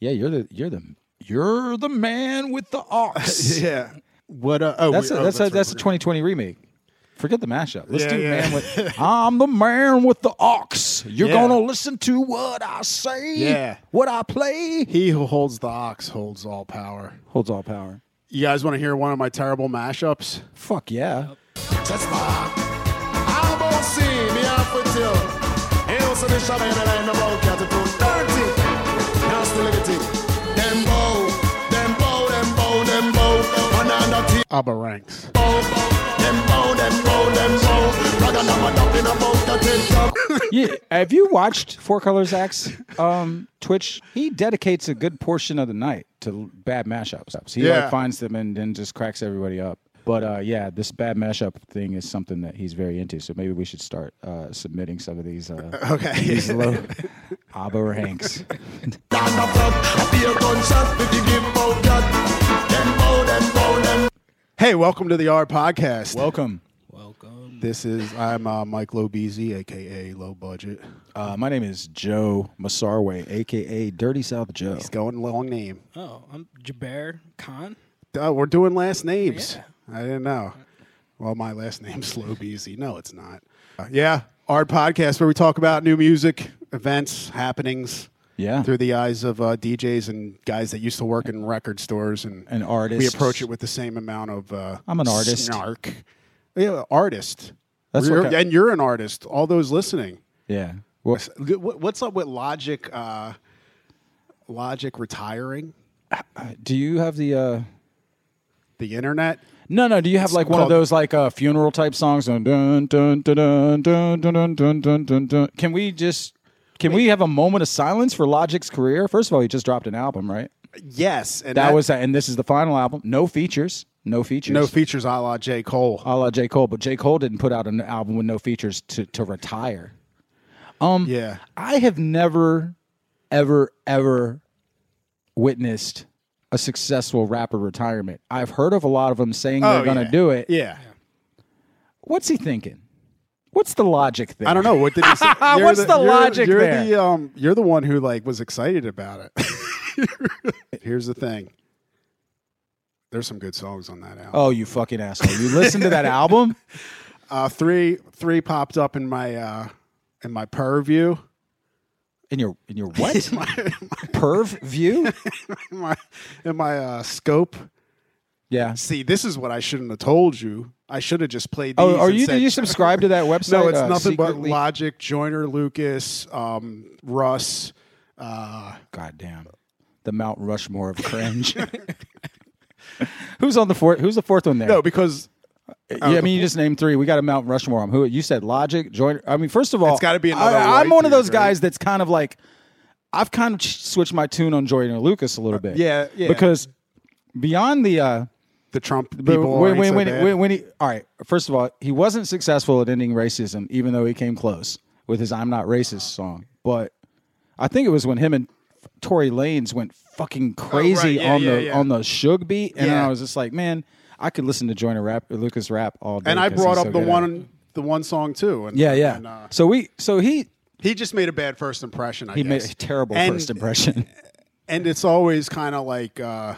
Yeah, you're the you're the you're the man with the ox. yeah. What? Uh, oh, That's a, we- oh, that's, a, right, that's a we're- 2020 remake. Forget the mashup. Let's Yeah, do yeah. man with. I'm the man with the ox. You're Yeah. gonna listen to what I say. Yeah. What I play He who holds the ox holds all power. holds all power. You guys want to hear one of my terrible mashups? Fuck yeah. That's my I'm on see me off with you. Ain't also the shaman and I know about cat to dirty. Now still a thing. Them bow, them bow, them bow, them bow. One and a tea Abba ranks. bow. Them bow, them bow, them bow. Rather than I'm adopting about the tin cup. yeah. Have you watched Four Colors X um, Twitch? He dedicates a good portion of the night to l- bad mashups. He Yeah. like finds them and then just cracks everybody up. But uh, yeah, this bad mashup thing is something that he's very into. So maybe we should start uh, submitting some of these. Uh, Okay. these low Abba ranks. Stand up up, a beer gunshot if you give bow cat. Them bow, them bow, them hey, welcome to the R Podcast. Welcome. Welcome. this is I'm uh, Mike Lobezi, aka Low Budget. Uh, my name is Joe Masarway, aka Dirty South Joe. It's going long name. Oh, I'm Jaber Khan. Uh, we're doing last names. I didn't know. Well, my last name's Lobezi. No, it's not. Uh, yeah, our podcast where we talk about new music, events, happenings. Yeah. Through the eyes of uh, DJs and guys that used to work in record stores and And we artists. approach it with the same amount of. Uh, I'm an artist. Snark. Yeah, artist. That's You're- what ki- and you're an artist. All those listening. Yeah. Well, What- What's up with Logic? Uh, Logic retiring do you have the? Uh, the internet. No, no. Do you have like one of called- those like uh, funeral type songs? Dun, dun, dun, dun, dun, dun, dun, dun, dun, dun, dun. Can we just can we have a moment of silence for Logic's career? First of all, he just dropped an album, right? Yes, and That was uh, and this is the final album. No features. No features. no features a la J Cole. a la J Cole, but J Cole didn't put out an album with no features to to retire. Um, yeah, I have never, ever, ever wwitnessed a successful rapper retirement. I've heard of a lot of them saying they're Oh, going to yeah. do it. yeah. What's he thinking? What's the logic there? I don't know what did he say. You're What's the you're- logic you're there? The, um, you're the one who like was excited about it. Here's the thing. There's some good songs on that album. Oh, you fucking asshole! You listened to that album? Uh, three three popped up in my uh, in my purview. In your in your what? Perv view? in my in my uh, scope. Yeah. See, this is what I shouldn't have told you. I should have just played. These Oh, are and you? said, Do you subscribe to that website? No, it's uh, nothing but secretly? Logic, Joyner, Lucas, um, Russ. Uh, Goddamn, the Mount Rushmore of cringe. who's on the fourth? Who's the fourth one there? no, because Oh, yeah, I mean, you just named three. We got a Mount Rushmore. on Who you said? Logic, Joyner. I mean, first of all, It's gotta be another I, I'm white one of dude, those right? guys that's kind of like, I've kind of ch- switched my tune on Joyner Lucas a little bit. Uh, yeah, yeah. Because beyond the. uh the Trump But people. when, ain't when, so when, bad. when, when he, all right, first of all, he wasn't successful at ending racism, even though he came close with his I'm Not Racist song. But I think it was when him and Tory Lanez went fucking crazy Oh, yeah, on yeah, the yeah. on the Suge beat. And Yeah. I was just like, man, I could listen to Joyner rap, Lucas rap all day. and I 'cause he's brought up so the good at it. one the one song too. And, Yeah, yeah. and, uh, so we, so he, he just made a bad first impression. I he made guess. a terrible And- first impression. and it's always kind of like uh,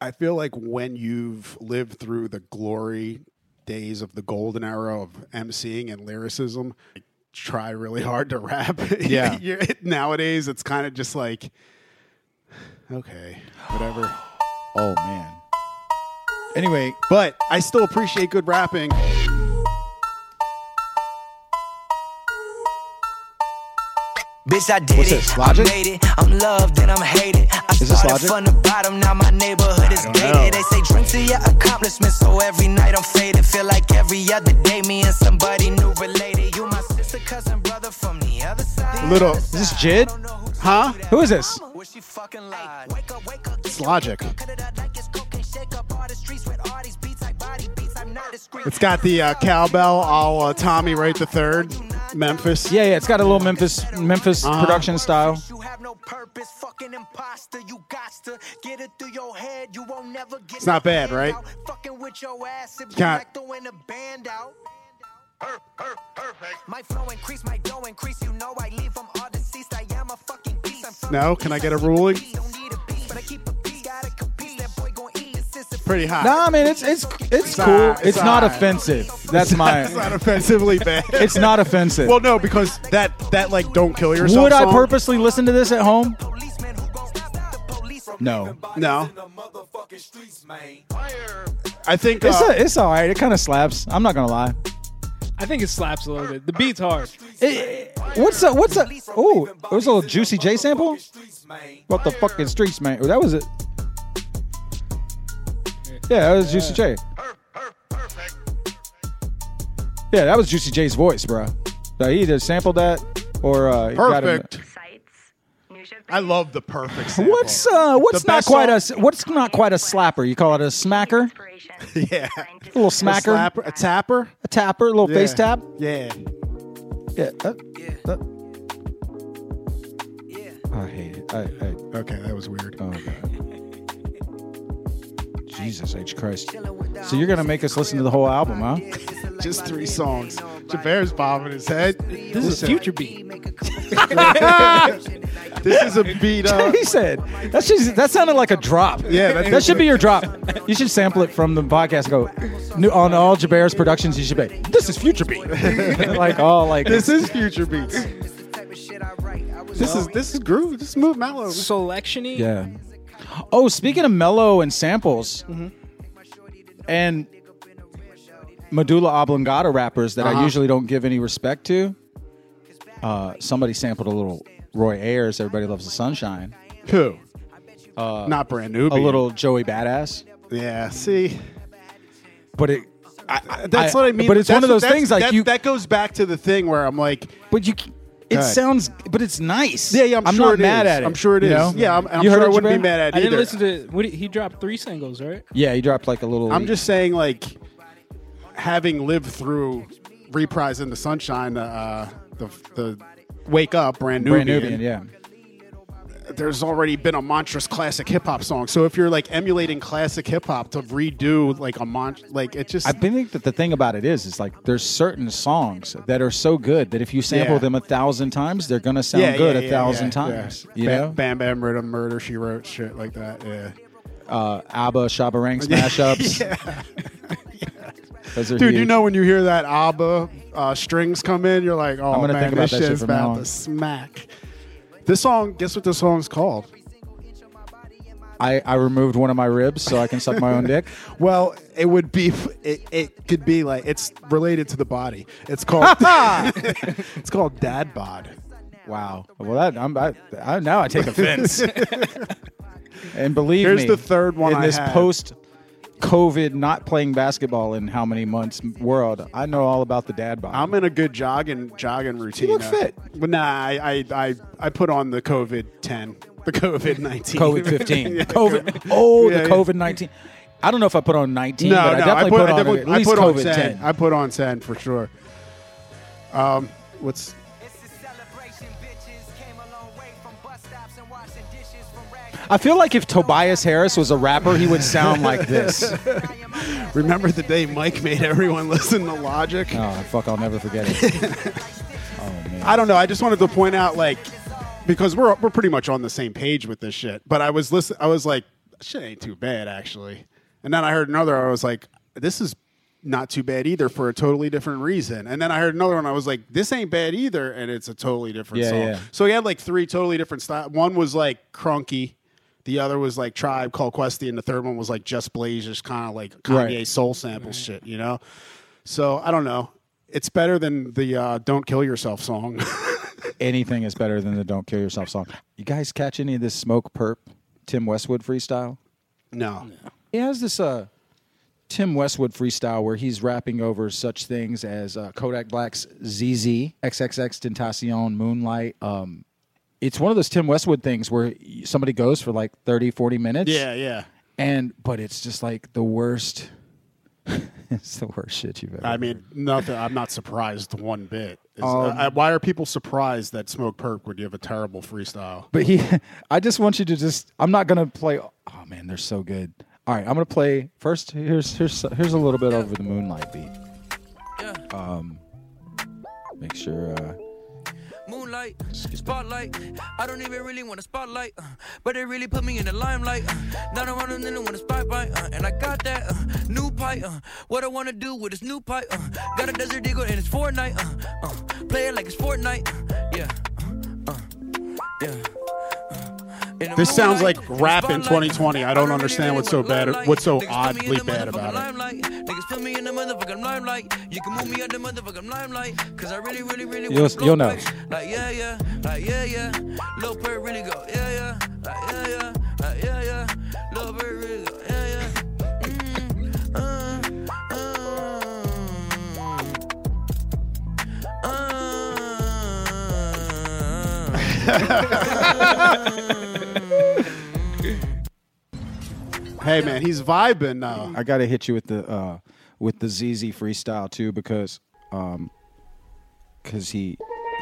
I feel like when you've lived through the glory days of the golden era of emceeing and lyricism, try really hard to rap. Yeah. You're- nowadays it's kind of just like, okay, whatever. oh man. Anyway, But I still appreciate good rapping. Bitch, I did What's it. this, Logic? I made it. I'm loved and I'm hated. I Is this started from Logic? the bottom, now my neighborhood is gated. They say drink to your accomplishments, so every night I'm faded. Feel like every other day, me and somebody new related. You my sister, cousin, brother from the other side. Little- Other is this side. Jid? I don't know who told Huh? you that Who is this? mama. Well, she fucking lied. Wake up, wake up, It's Logic. cut it up like it's cocaine. Shake up all the streets with all these beats, like body beats. I'm not discreet. It's got the uh, cowbell all uh, Tommy Wright the third, Memphis. yeah, yeah, it's got a little Memphis Memphis Uh-huh. production style. You have no purpose, fucking imposter. You got to get it through your head. You won't never get It's not no bad, right? handout. Fucking with your ass, it be Can't- like throwing a band out. My flow increase, my dough increase. You know I leave 'em all deceased. I am a fucking beast. I'm from No? the Can I east, get a see the ruling? beast, don't need a beat. but I keep a piece. Gotta compete. That boy gon' eat this is a Pretty hot. Nah, I mean it's it's it's cool. alright, it's It's, not alright. offensive. That's It's not my. offensively bad. It's not offensive. well, no, because that that like don't kill yourself. Would I song- purposely listen to this at home? policeman who gon' stop the police from No. No, the motherfucking streets, man. I think It's uh, a, it's all right. It kind of slaps. I'm not gonna lie. I think it slaps a little bit. The beat's hard. It- what's up? What's up? Oh, it was a little juicy J sample. What the fucking streets, man? That was it. Yeah, that was Juicy J. Yeah, that was Juicy J's voice, bro. So he either sampled that or uh, he got him- perfect. sites. You should I love the perfect. Sample. What's uh? What's The not best quite song- a s- what's not quite a slapper? You call it a smacker, inspiration. Yeah. a little a smacker, slapper, a tapper? a tapper, a little Yeah. face tap. Yeah. Yeah. uh, Yeah, uh, yeah. I hate it. I, I, Okay, that was weird. oh god. Jesus H Christ. So you're gonna make us listen to the whole album, huh? Just three songs. Jaber's bobbing his head. This is Listen, a future beat. This is a beat up. he said that's just that sounded like a drop. Yeah, that's- that should be your drop. You should sample it from the podcast. Go new, on all Jaber's productions. You should be. This is future beat. like all like this is future beats. This is this is groove. This is move mellow. Selectiony. Yeah. Oh, speaking of mellow and samples, Mm-hmm. and medulla oblongata rappers that I usually don't give any respect to, uh, somebody sampled a little Roy Ayers. Everybody loves the sunshine. Who? Not brand new. Uh, A little Joey Badass, Yeah. See. but it. I, I, that's what I mean. but it's That's one of what- those that's- things, like, that, you- That goes back to the thing where I'm like, But you. c- It Right. sounds, but it's nice. yeah, yeah. I'm, sure not it mad is. at it. I'm sure it is. you know? Yeah, I'm, I'm You sure I heard it, wouldn't be Jabari? mad at I either. didn't listen to. What, did- he dropped three singles, right? Yeah, he dropped like a little. I'm just saying, like, having lived through reprise in the sunshine, uh, the the wake up brand new, brand Nubian, yeah. There's already been a monstrous classic hip hop song. So if you're like emulating classic hip hop to redo like a mon, like it just I think that the thing about it is, is like there's certain songs that are so good that if you sample Yeah. them a thousand times, they're gonna sound good a thousand yeah, yeah. times. You Ba- know, Bam Bam Rhythm Murder, she wrote shit like that. Yeah. uh, ABBA, Shabba Rang mashups. Those are Dude, you huge. know when you hear that ABBA uh, strings come in, you're like, oh gonna man, think about this that shit's shit from now about on. to smack. This song, guess what this song's called? I, I removed one of my ribs so I can suck my own dick. Well, it would be, it, it could be like it's related to the body. It's called, it's called Dad Bod. Wow. Well, that I'm I, I, now I take offense. and believe Here's me, the third one in I this had. post. COVID not playing basketball in how many months world? I know all about the dad bod. I'm in a good jogging jogging routine. look now. fit. But nah, I, I I I put on the COVID ten, the COVID nineteen, COVID fifteen. COVID. Oh, Yeah, the yeah. COVID nineteen. I don't know if I put on nineteen, No, but no, I definitely put, on at least I put COVID on 10. ten. I put on 10 for sure. Um, what's I feel like if Tobias Harris was a rapper, he would sound like this. remember the day Mike made everyone listen to Logic? oh fuck! I'll never forget it. oh man. I don't know. I just wanted to point out, like, because we're we're pretty much on the same page with this shit. But I was listen, I was like, shit ain't too bad actually. And then I heard another. I was like, this is not too bad either for a totally different reason. And then I heard another one. I was like, this ain't bad either, and it's a totally different Yeah, song. yeah. So he had like three totally different styles. One was like crunky. The other was like Tribe Called Questy, and the third one was like Just Blaze, just kind of like Kanye Right. soul sample shit, you know. So I don't know. It's better than the uh, "Don't Kill Yourself" song. Anything is better than the "Don't Kill Yourself" song. You guys catch any of this smoke perp Tim Westwood freestyle? No. He has this uh, Tim Westwood freestyle where he's rapping over such things as uh, Kodak Black's ZZ, XXX Tentacion, Moonlight. Um, it's one of those Tim Westwood things where somebody goes for like 30, 40 minutes. Yeah, yeah. And, but it's just like the worst. it's the worst shit you've ever I heard. mean, nothing. I'm not surprised one bit. Is- Um, I- why are people surprised that Smoke Perk would give a terrible freestyle? But he, I just want you to just. I'm not gonna play. Oh man, they're so good. All right, I'm gonna play first. Here's here's here's a little bit over the moonlight beat. Um, make sure. Uh, moonlight, spotlight. I don't even really want a spotlight, uh, but they really put me in the limelight. Uh, now I'm running in want a spotlight, uh, and I got that uh, new pipe. Uh, what I wanna do with this new pipe? Uh, got a desert eagle and it's Fortnite. Uh, uh, play it like it's Fortnite. Uh, yeah, uh, uh, yeah. uh, In the This sounds like moonlight, rap in spotlight. 2020. I don't really, understand really what's so want a bad- limelight. what's so Niggas put me in the oddly bad about motherfucking it. limelight. Niggas put me in the motherfucking limelight. You can move me out the motherfucking limelight. Cause I really, really, really You'll- wanna blow you'll know. back. Like, yeah, yeah. Like, yeah, yeah. Lil Bird really go, yeah, yeah. Like, yeah, yeah. Like, yeah, yeah. Lil Bird really go, yeah, yeah. Mm, uh, uh, uh. Hey man, he's vibing now. I gotta hit you with the uh, with the ZZ freestyle too because um, cause he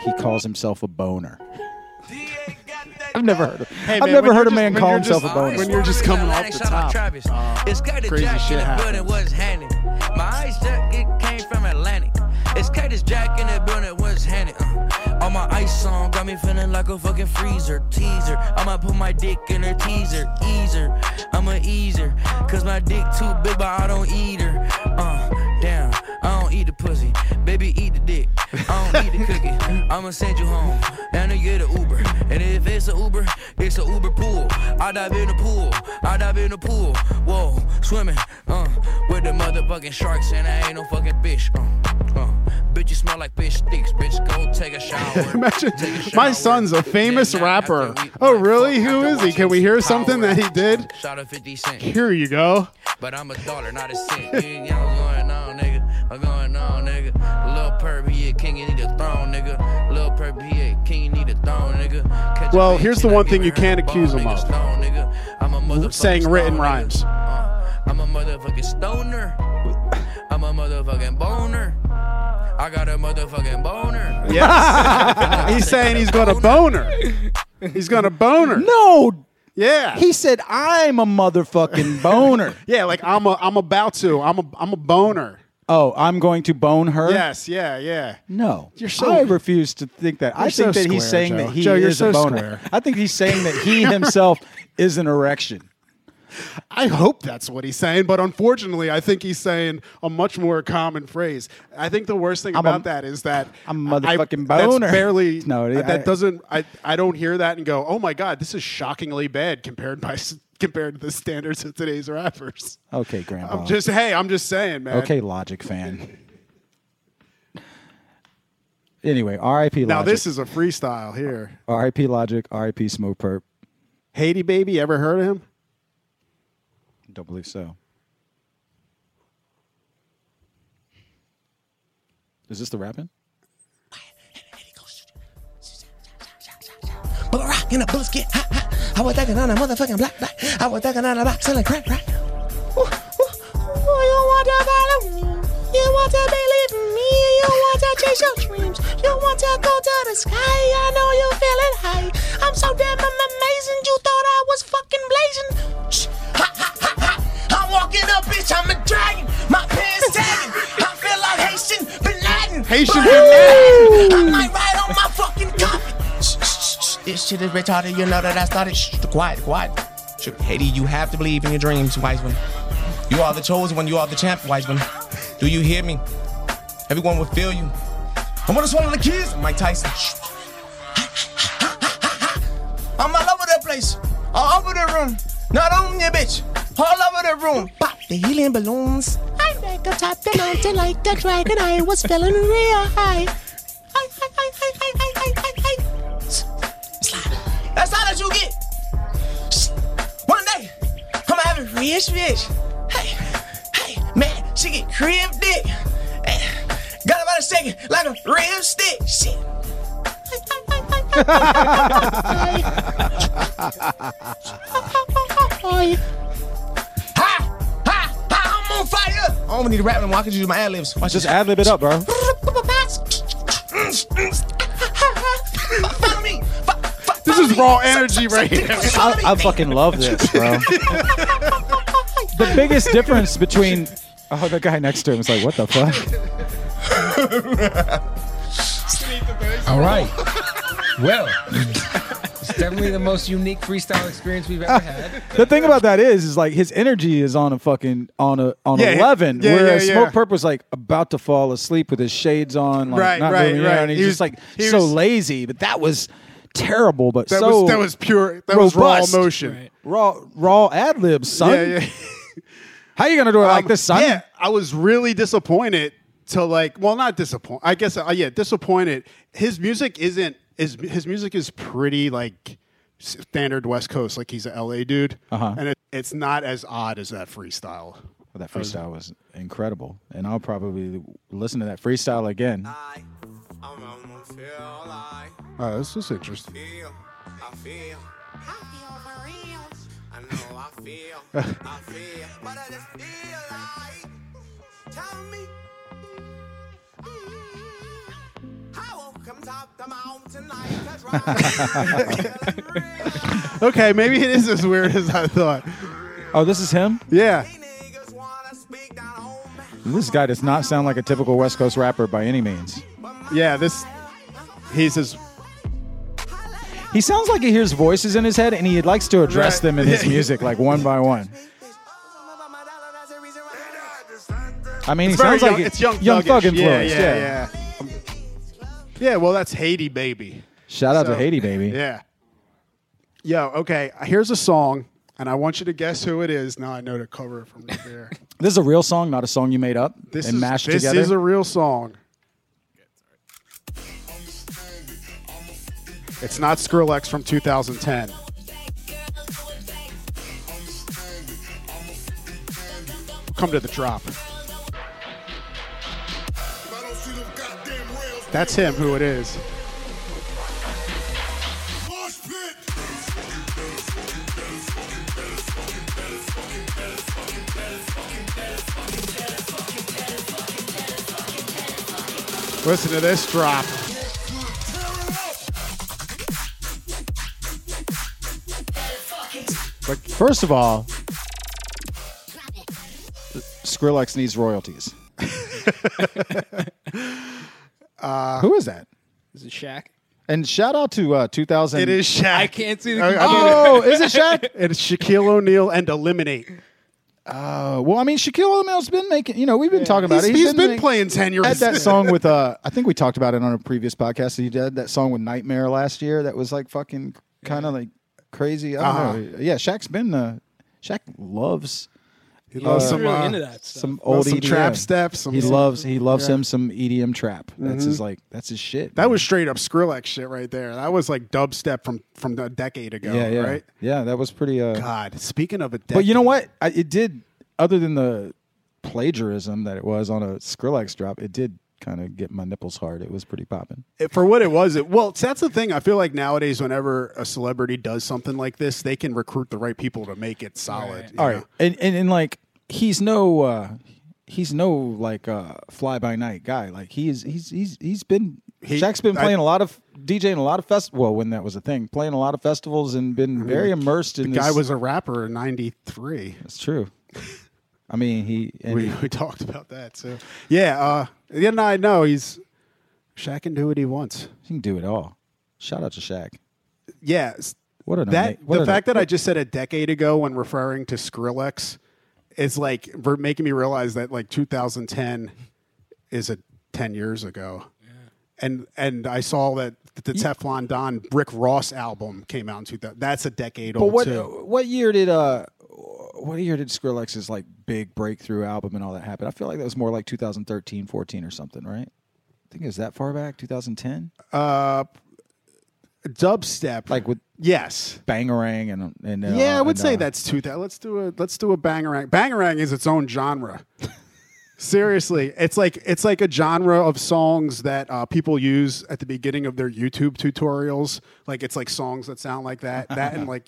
he calls himself a boner. I've never heard. Of, I've man, never when heard a you're man just- when call you're himself just- a boner. when you're just coming off the top, Travis. uh, it's Curtis crazy Jack shit in the building happens. was handed. My eyes that it came from Atlantic. It's Curtis Jack in the building was handed. Uh, all my ice song got me feeling like a fucking freezer teaser. I'ma put my dick in her teaser easer. I'm a easer, cause my dick too big, but I don't eat her. Uh, damn, I don't eat the pussy. Baby, eat the dick. I don't eat the cookie. I'ma send you home. Now you get an Uber. And if it's an Uber, it's an Uber pool. I dive in the pool. I dive in the pool. Whoa, swimming. Uh, with the motherfucking sharks. And I ain't no fucking bitch. Uh, uh, bitch, you smell like bitch sticks. Bitch, go take a shower. Imagine Take a my shower. son's a famous Then night after rapper. we- Oh really? Who After is he? watching Can we hear something Power. that he did? Shot a 50 cent. Here you go. But I'm a dollar, not a cent. You ain't know what's going on, nigga. What's going on, nigga? Lil Perp, he a king, he need a throne, nigga. Lil Perp, he a king, he need a throne, nigga. Catch a Well, bitch here's the and I one give thing her you her can't ball, accuse him nigga, of. Stone, nigga. I'm a motherfucking saying written stone, nigga. rhymes. Uh, I'm a motherfucking stoner. I'm a motherfucking boner. I got a motherfucking boner. Yes. he's saying he's gonna boner. He's gonna boner. No, Yeah. he said I'm a motherfucking boner. yeah, like I'm a I'm about to. I'm a I'm a boner. oh, I'm going to bone her. Yes, yeah, yeah. No, You're so- I refuse to think that. I You're think so that he's square, saying Joe. that he Joe, you're is so a boner. square. I think he's saying that he himself is an erection. I hope that's what he's saying, but unfortunately, I think he's saying a much more common phrase. I think the worst thing I'm a- about that is that I'm a I- motherfucking that's boner. barely No, that I- doesn't. I I don't hear that and go, oh my god, this is shockingly bad compared by s- compared to the standards of today's rappers. Okay, Grandpa. I'm just hey, I'm just saying, man. Okay, Logic fan. anyway, R.I.P. Now Logic. this is a freestyle here. R.I.P. Logic. R.I.P. Smoke Perp. Haiti baby, ever heard of him? Don't believe so. Is this the rapping? But rock in the bullets get hot, hot. I was thinking on a motherfucking block, block. I was thinking on a block selling crack, right? Ooh, ooh, ooh, you want to follow me? You want to believe in me? You want to chase your dreams? You want to go to the sky? I know you're feeling high. I'm so damn am- amazing. You thought I was fucking blazing? Shh. Ha, ha, ha, ha. I'm walking up, bitch. I'm a dragon. My pants sagging. I feel like Haitian Bin Laden. Haitian But- Bin Laden. I might ride on my fucking carpet. Shh, shh, shh, shh. This shit is retarded. You know that I started. Shh, quiet, quiet. Shh. Haiti, you have to believe in your dreams, wise one. You are the chosen one. You are the champ, wise one. Do you hear me? Everyone will feel you. I'm gonna swallow the kids. Mike Tyson. Shh. I'm all over the place, all over the room. Not on your bitch, all over the room. Pop the helium balloons. I make up top the mountain like the dragon. I was feeling real high. Hi, hi, hi, hi, hi, hi, hi, hi, hi. S- slide. That's all that you get. S- One day, I'ma have a rich bitch. Hey, hey, man, she get crib dick. Hey, got about a second, like a rib stick. Shit. Hi, hi, hi, hi, hi. Ha! Ha! Ha! I'm on fire! I don't need to rap anymore. I can just use my ad libs. Watch Just ad lib it up, bro. Follow me. Fo- fo- This follow is me. raw energy right here. Follow I, me. I fucking love this, bro. the biggest difference between oh, the guy next to him is like, what the fuck? All right. Well, it's definitely the most unique freestyle experience we've ever had. The thing about that is, is like his energy is on a fucking on a on Yeah, eleven, yeah, whereas yeah, yeah. Smoke Purp was like about to fall asleep with his shades on, like Right, not right, moving right. around. He's He was- just like he so was- lazy, but that was terrible, but That so was that was pure. That was robust. raw emotion. Right. raw raw ad libs, son. Yeah, yeah. How you gonna do it like Um, this, son? Yeah, I was really disappointed to like. Well, not disappointed. I guess. Uh, yeah, disappointed. His music isn't. Is his music is pretty like standard West Coast. Like he's a LA dude, Uh-huh. and it, it's not as odd as that freestyle. Well, that freestyle was incredible, and I'll probably listen to that freestyle again. Oh, this is interesting. Mm-hmm. Okay, maybe it is as weird as I thought. Oh, this is him. Yeah, This guy does not sound like a typical West Coast rapper by any means. yeah. This he's as He sounds like he hears voices in his head, and he likes to address Right. them in his music, like one by one. I mean, it's he very sounds young, like it- it's young young thug Thuggish. influence. Yeah, yeah, yeah. Um, Yeah, well, that's Haiti, baby. Shout out to So- Haiti, baby. Yeah. Yo, okay. Here's a song, and I want you to guess who it is. Now I know to cover it from there. This is a real song, not a song you made up This and is mashed this together. is a real song. It's not Skrillex from 2010. Come to the drop. That's him. Who it is? Listen to this drop. But first of all, Skrillex needs royalties. Uh, Who is that? Is it Shaq? And shout out to uh, 2000. It is Shaq. I can't see the I- I computer. mean- Oh, is it Shaq? It's Shaquille O'Neal and Eliminate. Uh, well, I mean, Shaquille O'Neal's been making. You know, we've been talking about He's- it. he's been playing 10 years. Had that song with. Uh, I think we talked about it on a previous podcast. He did that song with Nightmare last year. That was like fucking kind of like crazy. I don't Uh-huh. know. Yeah, Shaq's been. Uh, Shaq loves He I was loves some, really uh, into that stuff. some old some EDM. trap steps. Some, Mm-hmm. He loves he loves him some EDM trap. That's his like that's his shit. that was straight up Skrillex shit right there. That was like dubstep from from a decade ago. yeah yeah Right. yeah. That was pretty. Uh, God. Speaking of a decade, But you know what? I, it did, other than the plagiarism that it was on a Skrillex drop, it did kind of get my nipples hard. It was pretty popping. It- for what it was, it well, that's the thing. I feel like nowadays, whenever a celebrity does something like this, they can recruit the right people to make it solid. you All know? right, and, and and like he's no uh he's no like uh fly by night guy. Like he is he's he's he's been He- Shaq's been I- playing a lot of DJing a lot of fest well when that was a thing playing a lot of festivals and been very immersed in The this. guy was a rapper in '93. that's true. I mean he and We, we talked about that. So yeah, uh, yeah. No, I know he's Shaq can do what he wants. he can do it all. Shout out to Shaq. Yeah, What an ama- that what the an- fact that I just said a decade ago when referring to Skrillex is like ver- making me realize that like 2010 is a 10 years ago. And and I saw that the Teflon Don Rick Ross album came out in 2000. That's a decade But old what too. what year did uh what year did Skrillex's like big breakthrough album and all that happen? I feel like that was more like 2013, 14 or something, right? I think it was that far back, 2010, Dubstep. like with yes. Bangarang and and uh, yeah, I would and, say uh, that's 2000. Let's do a let's do a bangarang. Bangarang is its own genre. Seriously, it's like it's like a genre of songs that uh, people use at the beginning of their YouTube tutorials. Like it's like songs that sound like that. That and like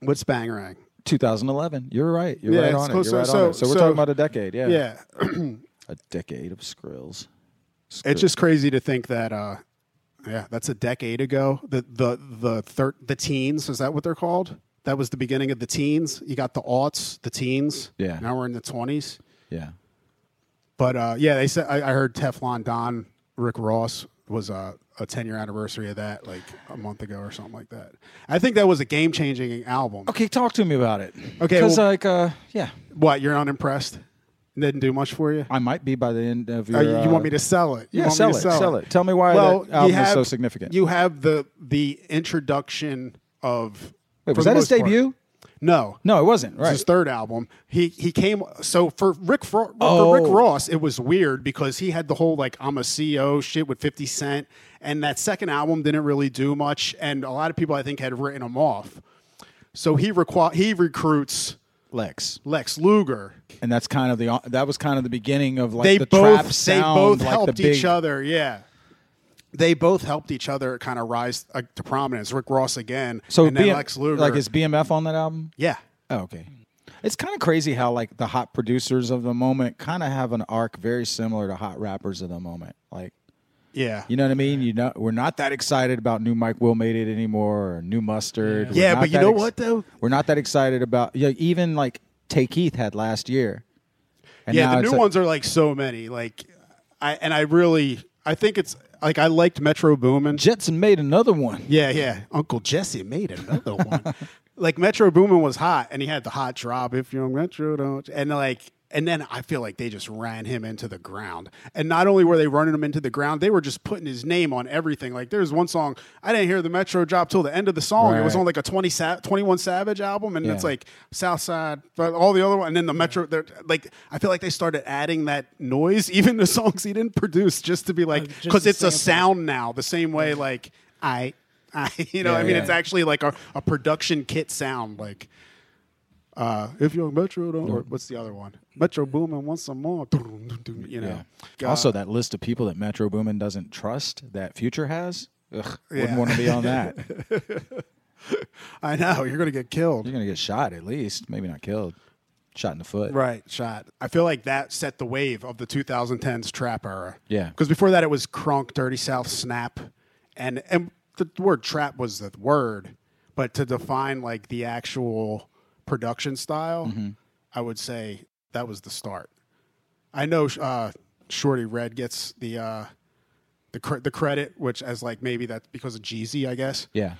what's bangarang? 2011. You're right. You're Yeah, right it's on it. You're close. So- right on so- it. So we're so- talking about a decade. Yeah. Yeah, A decade of Skrills. it's just crazy to think that. Uh, yeah, that's a decade ago. The the the thir- the teens is that what they're called? That was the beginning of the teens. You got the aughts, the teens. Yeah. Now we're in the twenties. Yeah. But uh, yeah, they said I, I heard Teflon Don Rick Ross was uh, a 10 year anniversary of that like a month ago or something like that. I think that was a game changing album. Okay, talk to me about it. Okay, because well- like, uh, yeah, What, you're unimpressed? Didn't do much for you? I might be by the end of your. Uh, you- you want uh, me to sell it? You yeah, want me sell to it, sell it. Tell me why that album is so significant. You have the the introduction of. Wait, for was the that his most part- debut? No, No, it wasn't. It's Right. his third album. He he came so for Rick Fro- Oh. for Rick Ross, it was weird because he had the whole like I'm a CEO shit with 50 Cent, and that second album didn't really do much, and a lot of people I think had written him off. So he requ- he recruits Lex, Lex Luger. and that's kind of the that was kind of the beginning of like they the both trap they sound, both like helped the big, each other. Yeah. They both helped each other kind of rise uh, to prominence. Rick Ross again, So and then BM Lex Luger. like is BMF on that album? yeah, Oh, okay. It's kind of crazy how like the hot producers of the moment kind of have an arc very similar to hot rappers of the moment. Like yeah, you know what I mean? You know, we're not that excited about new Mike Will made it anymore or new mustard. We're Yeah, not but you that know what, though? we're not that excited about. Yeah, even like Take Heath had last year. And yeah, now the it's new like- ones are like so many. Like, I and I really, I think it's like I liked Metro Boomin. Jetson made another one. yeah, yeah. Uncle Jesse made another one. Like Metro Boomin was hot, and he had the hot drop. If you're on Metro, don't and like. And then I feel like they just ran him into the ground. And not only were they running him into the ground, they were just putting his name on everything. Like there's one song I didn't hear the Metro drop till the end of the song. It was Right. on like a 20 Sa- 21 Savage album, and it's Yeah. like Southside, but all the other one, and then the Metro. They're like, I feel like they started adding that noise, even the songs he didn't produce, just to be like, Uh, just because to it's a sample. sound now, the same way like I, I, you know, Yeah, I mean, yeah. it's actually like a, a production kit sound, like. Uh, if you're Metro, don't, or what's the other one? Metro Boomin wants some more. You know, God. Also, that list of people that Metro Boomin doesn't trust that Future has. Ugh, Yeah. Wouldn't want to be on that. You're I know you're gonna get killed. gonna get shot at least. Maybe not killed. Shot in the foot. Right, shot. I feel like that set the wave of the 2010s trap era. Yeah. Because before that, it was crunk, dirty south, snap, and and the word trap was the word, but to define like the actual production style, I would say that was the start. I know uh, Shorty Red gets the uh, the cre- the credit, which as like maybe that's because of Jeezy, I guess. Yeah.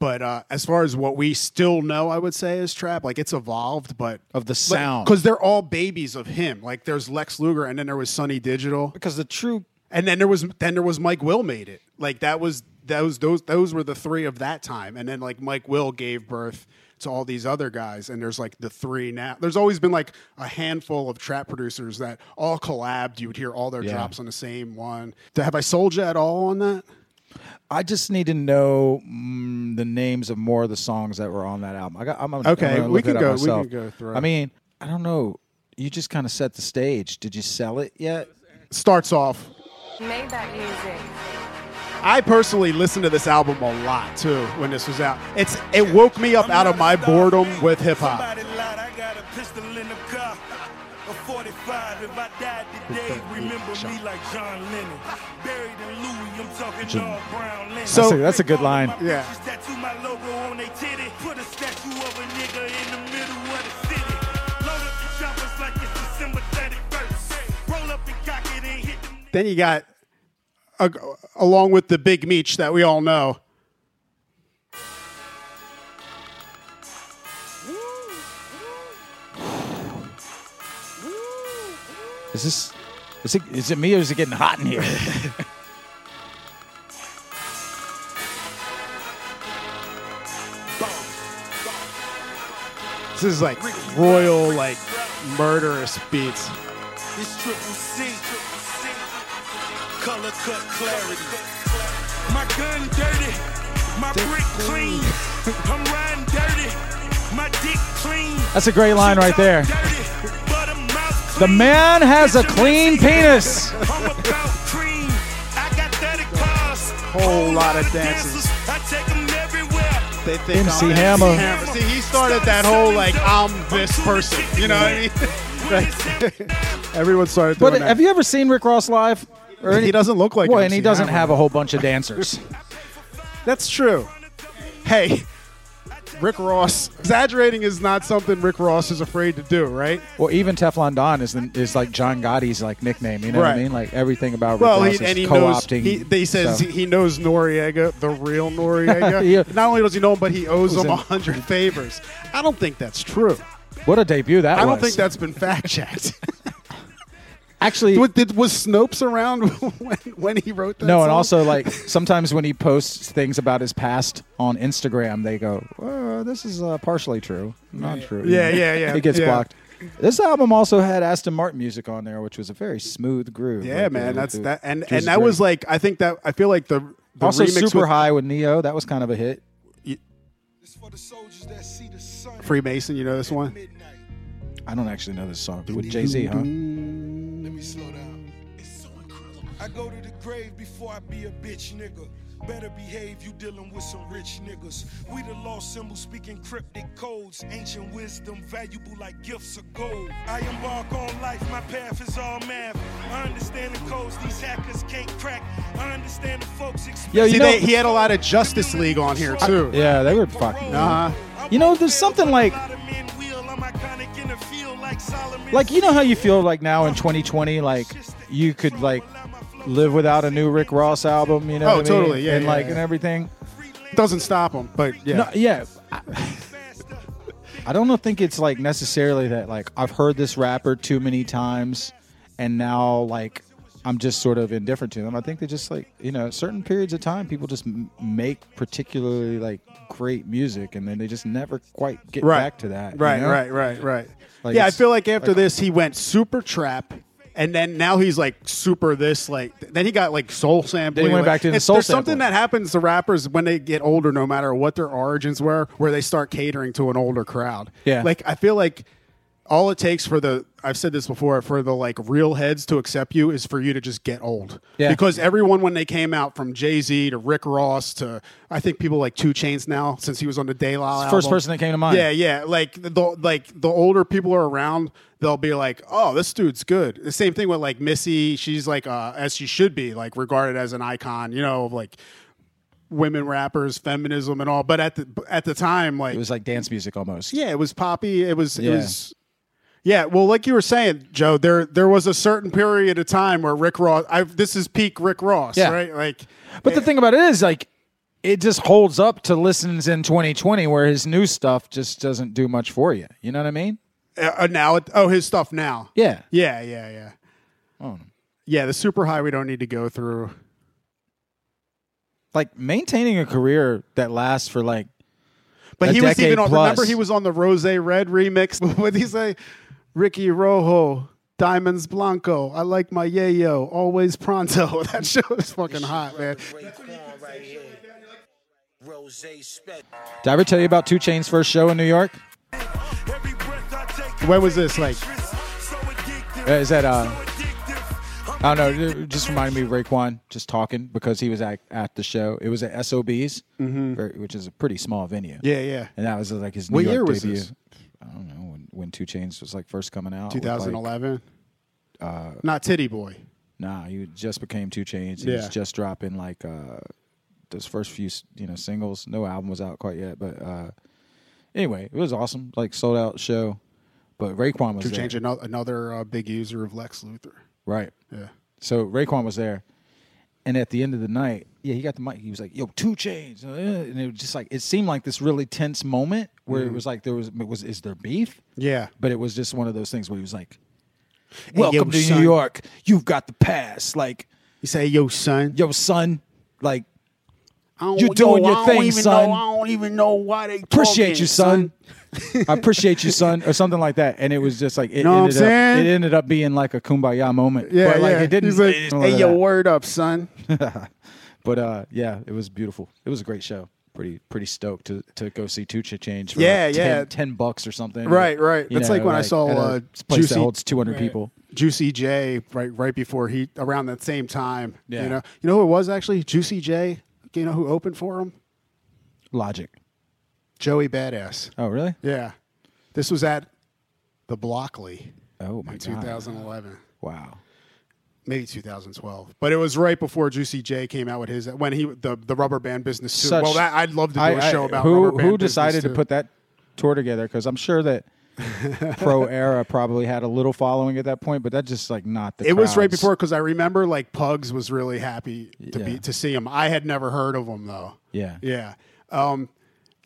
But uh, as far as what we still know, I would say is trap. Like it's evolved, but Of the sound. because they're all babies of him. Like there's Lex Luger, and then there was Sonny Digital, Because the true and then there was then there was Mike Will made it. Like that was those those those were the three of that time, and then like Mike Will gave birth to all these other guys, and there's like the three now. There's always been like a handful of trap producers that all collabed. You would hear all their Yeah. drops on the same one. Have I sold you at all on that? I just need to know mm, the names of more of the songs that were on that album. I got. I'm, I'm Okay, I'm gonna we look can it up go- we Myself. can go through. I mean, I don't know. You just kind of set the stage. Did you sell it yet? Starts off Made that music. I personally listened to this album a lot too when this was out. It's it woke me up out of my boredom with hip hop. Somebody lied, I got a pistol in the car. A 45, if I died today, remember me like John Lennon. Buried in Louis, I'm talking all brown linen. So- That's a- that's a good line. Yeah. Tattoo my logo on they titty. Put a statue of a nigga in the middle of the city. Load up the choppers like it's December 31st. Roll up and cock it and hit them. Then you got a, along with the Big Meech that we all know. Is this? Is it? Is it me or is it getting hot in here? This is like royal like murderous beats. It's triple C. Color cut clarity. My gun dirty. My brick clean. I'm riding dirty. My dick clean. That's a great line right there. The The man has a clean penis. I'm about cream. I got 30 cars. Whole lot of dances. I take 'em everywhere. They think MC I'm Hammer. Hammer. See, he started that whole like I'm this person. You know what I mean? Like, everyone started doing But that. have you ever seen Rick Ross live? Or He doesn't look like Well, an and he MC doesn't Hammer. have a whole bunch of dancers. That's true. Hey, Rick Ross exaggerating is not something Rick Ross is afraid to do, right? Well, even Teflon Don is the, is like John Gotti's like nickname. You know what Right. I mean? Like everything about Rick Well, Ross he, is and he knows. co-opting. He, they says stuff. he, he knows Noriega, the real Noriega. Yeah. Not only does he know him, but he owes Who's him in- a hundred favors. I don't think that's true. what a debut that I was. don't think that's been fact checked. actually. was, did, was Snopes around when, when he wrote that? no, song? and also like sometimes when he posts things about his past on Instagram, they go, well, "This is uh, partially true, not true." you Yeah, know? yeah, yeah, It gets yeah. blocked. This album also had Aston Martin music on there, which was a very smooth groove. Yeah, Like, man, it- that's it- that, and which and that great. was like I think that I feel like the, the also remix super with high with Neo. That was kind of a hit. Freemason. You know this one? I don't actually know this song with Jay Z, huh? Let me slow down. It's so incredible. I go to the grave before I be a bitch nigga. Better behave, you dealing with some rich niggas. We the lost symbol speaking cryptic codes. Ancient wisdom valuable like gifts of gold. I embark on life, my path is all math. I understand the codes these hackers can't crack. I understand the folks expect. Yo, you See, know- they, he had a lot of Justice League on here too. Yeah, they were fucking. Uh-huh. You know, there's something like, like you know how you feel like now in 2020, like you could like live without a new Rick Ross album, you know? Oh, what I mean? totally, yeah, and yeah, like yeah. and everything. Doesn't stop him, but yeah. No, yeah. I, I don't know, think it's like necessarily that like I've heard this rapper too many times, and now like I'm just sort of indifferent to them. I think they just like you know certain periods of time people just m- make particularly like great music, and then they just never quite get right. back to that. you Right, know? right, right, right. Like, yeah, I it's- feel like after like- this he went super trap, and then now he's like super this like. Then he got like soul sampling. went like- back to the it's- soul There's something sampling. that happens to rappers when they get older, no matter what their origins were, where they start catering to an older crowd. Yeah. like I feel like. All it takes for the I've said this before for the like real heads to accept you is for you to just get old. Yeah. Because everyone when they came out from Jay Z to Rick Ross to I think people like Two Chains now since he was on the De La It's the first album. person that came to mind. Yeah, yeah. Like the like the older people are around, they'll be like, "Oh, this dude's good." The same thing with like Missy. She's like, uh, as she should be, like regarded as an icon. You know, of like women rappers, feminism, and all. But at the at the time, like It was like dance music almost. yeah, it was poppy. It was it Yeah. was yeah. Well, like you were saying, Joe, there there was a certain period of time where Rick Ross. I this is peak Rick Ross, Yeah. right? Like, But the thing about it is like it just holds up to listens in 2020 where his new stuff just doesn't do much for you. You know what I mean? uh, uh, now, it, oh, his stuff now. Yeah. Yeah, yeah, yeah. Oh. Yeah, the super high we don't need to go through. Like maintaining a career that lasts for like But A he was decade even on remember plus. he was on the Rose Red remix. what did he say? Ricky Rojo, Diamonds Blanco. I like my yayo, always pronto. That show is fucking hot, man. Did I ever tell you about Two Chain's first show in New York? When was this? Like Uh, is that uh I don't know. It just reminded me of Raekwon just talking because he was at, at the show. It was at SOB's, very- which is a pretty small venue. Mm-hmm. Yeah, yeah. And that was uh, like his New What York year was debut. this? I don't know when, when Two Chains was like first coming out. with, like- uh, 2011. Not Titty Boy. Nah, he just became Two Chains. He Yeah. was just dropping like uh, those first few you know singles. No album was out quite yet, but uh, anyway, it was awesome. Like sold out show. But Raekwon was To there, change another, another uh, big user of Lex Luthor. right? Yeah. So Raekwon was there, and at the end of the night, yeah, he got the mic. He was like, "Yo, Two Chains," uh, and it was just like it seemed like this really tense moment where it was like there was was is there beef? Mm-hmm. Yeah. but it was just one of those things where he was like, yo, "Welcome to son." New York. You've got the pass." Like, You say, yo, son. yo, son, like I don't- you're doing yo, your I thing, don't even son. Know, I don't even know why they appreciate talking, you, son. I appreciate you, son, or something like that. And it was just like it, Know what I'm ended, up, saying? it ended up being like a kumbaya moment. Yeah, but like yeah. it didn't. He's like, it didn't- hey, yo, word up, son. But uh, yeah, it was beautiful. It was a great show. Pretty pretty stoked to, to go see Tucha change. For Yeah, like yeah. 10, 10 bucks or something. Right, right. You That's like when I saw, at a uh, place Juicy- that holds two hundred people. Juicy J right right before he around that same time. Yeah. You know, you know who it was actually Juicy J. You know who opened for him? Logic. Joey Badass. Oh really? Yeah, this was at the Blockley Oh my in god. 2011. Wow. maybe 2012, but it was right before Juicy J came out with his when he the, the rubber band business. Too. well, that, I'd love to do I- a I- show about who rubber band who decided business to put that tour together because I'm sure that Pro Era probably had a little following at that point, but that just like not the. it was right crowds. before because I remember like Pugs was really happy to be to see him. I had never heard of him though. Yeah. Yeah. Um,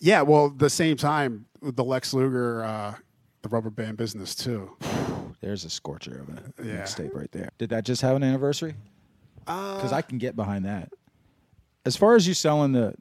yeah. Well, the same time with the Lex Luger, uh, the rubber band business too. There's a scorcher of a Yeah. Uh, mixtape right there. Did that just have an anniversary? Because I can get behind that. As far as you selling the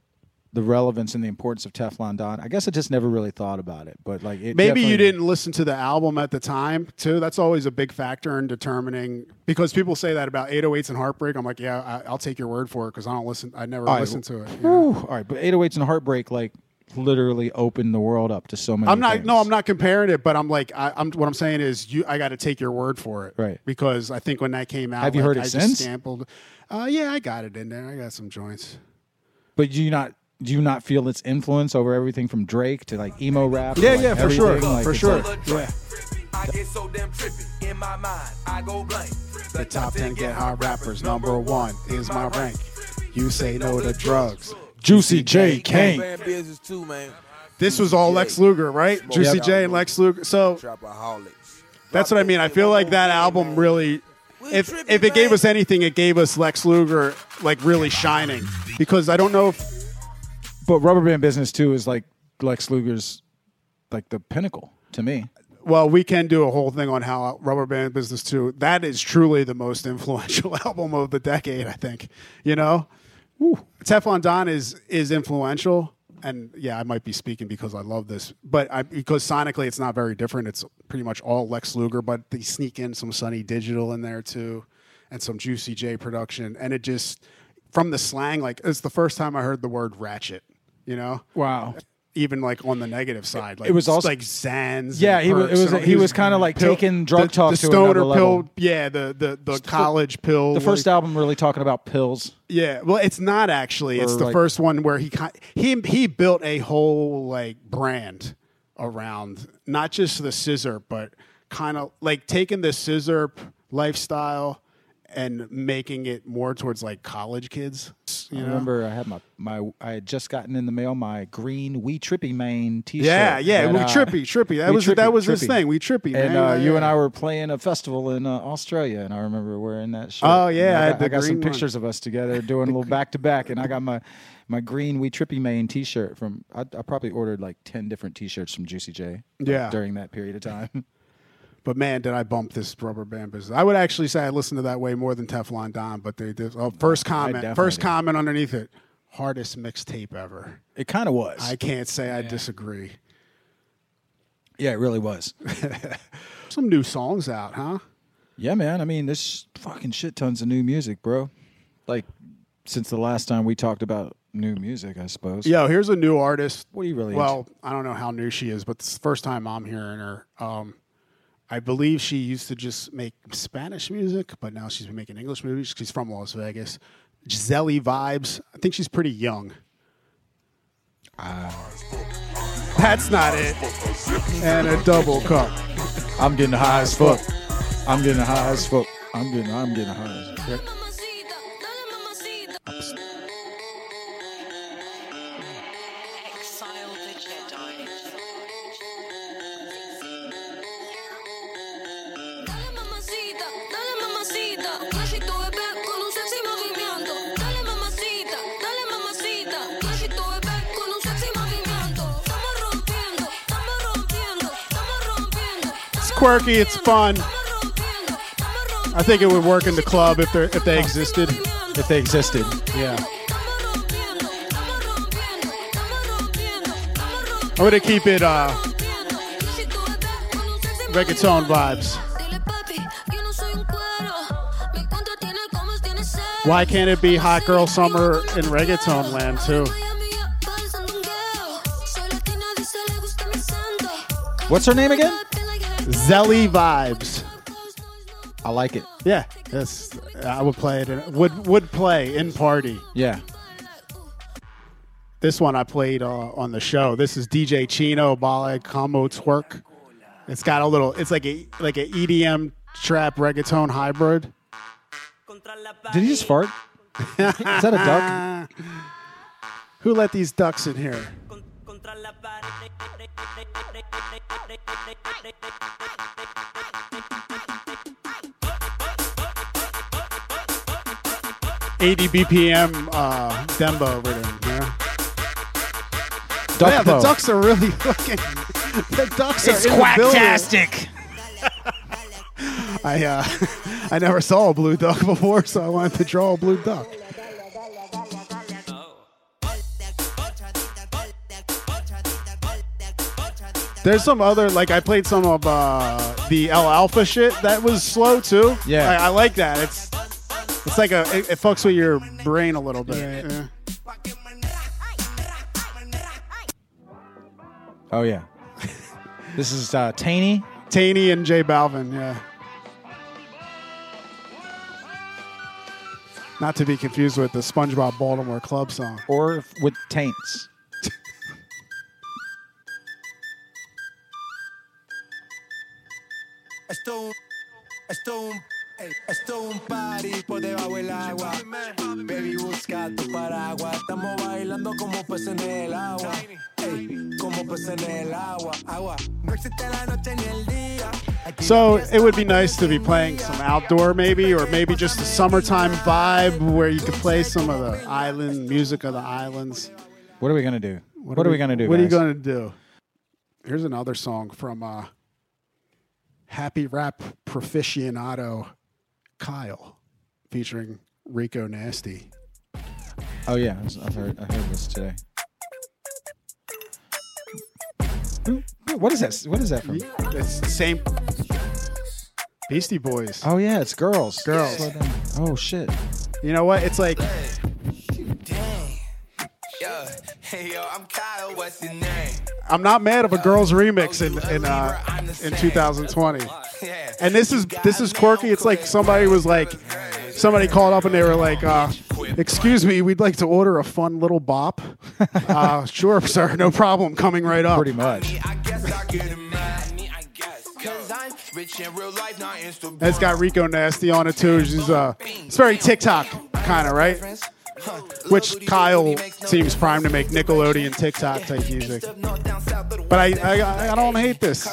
the relevance and the importance of Teflon Don, I guess I just never really thought about it. But like, it Maybe you definitely- didn't listen to the album at the time too. That's always a big factor in determining because people say that about 808s and Heartbreak. I'm like, yeah, I, I'll take your word for it because I don't listen. I never All right, listened to it. you know? Whew. all right, but 808s and Heartbreak like literally opened the world up to so many. I'm not. things. No, I'm not comparing it. But I'm like, I, I'm. What I'm saying is, you. I got to take your word for it, Right. Because I think when that came out, Have you like, heard it I since? Just sampled. Uh, yeah, I got it in there. I got some joints. But do you not do you not feel its influence over everything from Drake to like emo rap? to, like, everything? Like, it's like- Yeah. I get so damn trippy in my mind. I go blank. The top ten get hard rappers. Number one is my rank. You say no to drugs. Juicy J Kane. Man, business too, man. This was all Lex Luger, right? Juicy Yep. J and Lex Luger. So Trapaholics. that's what I mean. I feel like that album really. If, if it gave us anything, it gave us Lex Luger like really shining because I don't know if but Rubber Band Business too is like Lex Luger's like the pinnacle to me. Well, we can do a whole thing on how Rubber Band Business 2. That is truly the most influential album of the decade, I think. You know? Teflon Don is is influential. And yeah, I might be speaking because I love this, but I, because sonically it's not very different. It's pretty much all Lex Luger, but they sneak in some Sunny Digital in there too, and some Juicy J production. And it just, from the slang, like it's the first time I heard the word ratchet, you know? Wow. Even like on the negative side, like It was also- like Zans Yeah, he was- perks it was- and all- he was kinda like taking drug the, talk the to stoner another pill. level. Yeah, the the the college pill. The first like- album really talking about pills. Yeah, well, it's not actually. It's Or the like- first one where he ki- he he built a whole like brand around not just the scissor, but kind of like taking the scissor lifestyle and making it more towards like college kids. You I know? remember I had my, my I had just gotten in the mail my green We Trippy Main t shirt. Yeah, yeah, We uh, Trippy, Trippy. That was- that was his thing, We Trippy, And man. uh, Yeah, you yeah. and I were playing a festival in uh, Australia, and I remember wearing that shirt. Oh, yeah, And I I had got, the I got some green one. pictures of us together doing a little back to back, and I got my my green We Trippy Main t shirt from. I, I probably ordered like ten different t shirts from Juicy J. like, Yeah. during that period of time. But man, did I bump this rubber band business? I would actually say I listened to that way more than Teflon Don. But they did. Oh, first comment, definitely first did. comment underneath it, hardest mixtape ever. It kind of was. I can't say I disagree. yeah, it really was. Some new songs out, huh? Yeah, man. I mean, there's fucking shit tons of new music, bro. Like since the last time we talked about new music, I suppose. Yo, here's a new artist. What are you really Well, I don't know how new she is, but it's the first time I'm hearing her. Um, I believe she used to just make Spanish music, but now she's been making English movies. She's from Las Vegas. Giselle vibes. I think she's pretty young. That's not it. And a double cup. I'm getting high as fuck. I'm getting high as fuck. I'm getting I'm getting high as fuck. Exile the Jedi. Dale mamacita, dale mamacita, cachito bebé con un sexy movimiento. Dale mamacita, dale mamacita, cachito bebé con un sexy movimiento. Estamos rompiendo, estamos rompiendo, estamos rompiendo. It's quirky. It's fun. I think it would work in the club if they if they existed. If they existed. Yeah. I'm gonna keep it uh, reggaeton vibes. Why can't it be Hot Girl Summer in reggaeton land too? What's her name again? Zelly vibes. I like it. Yeah, that's uh, I would play it. In, would would play in party. Yeah. This one I played uh, on the show. This is DJ Chino Bale Como Twerk. E It's got a little. It's like a like an EDM trap reggaeton hybrid. Did he just fart? Is that a duck? Who let these ducks in here? Eighty BPM uh, Dembo over there. Yeah, Duck yeah the bow. ducks are really looking. The ducks It's are in the building. quacktastic. I uh, I never saw a blue duck before, so I wanted to draw a blue duck. There's some other like I played some of uh, the L Alpha shit that was slow too. Yeah. I, I like that. It's it's like a it, it fucks with your brain a little bit. Yeah. Oh yeah. this is uh, Taney. Taney and Jay Balvin, yeah. Not to be confused with the SpongeBob Baltimore Club song. Or with Taints. Esto, esto, eh, esto un party por debajo del agua. Baby, busca tu paraguas. Estamos bailando como peces en el agua. Ey, como peces en el agua. Agua. No existe la noche ni el día. So it would be nice to be playing some outdoor, maybe, or maybe just a summertime vibe where you could play some of the island music of the islands. What are we gonna do? What, are we, gonna do? What are you guys? gonna do? Here's another song from uh, Happy Rap Proficionado Kyle, featuring Rico Nasty. Oh yeah, I was- I've heard, I heard this today. Who- What is that? What is that from? It's the same. Beastie Boys. Oh yeah, it's girls. Girls. Slow down. Oh shit. You know what? It's like Yo, hey yo, I'm Kyle. What's your name? I'm not mad of a girls remix in in uh, in 2020. And this is this is quirky. It's like somebody was like somebody called up and they were like, uh, "Excuse me, we'd like to order a fun little bop." uh, sure, sir, no problem. Coming right up. Pretty much. Cause I'm rich in real life, not Instagram. It's got Rico Nasty on it too. She's uh, it's very TikTok kind of right. Which Kyle seems primed to make Nickelodeon TikTok type music. But I I, I don't hate this.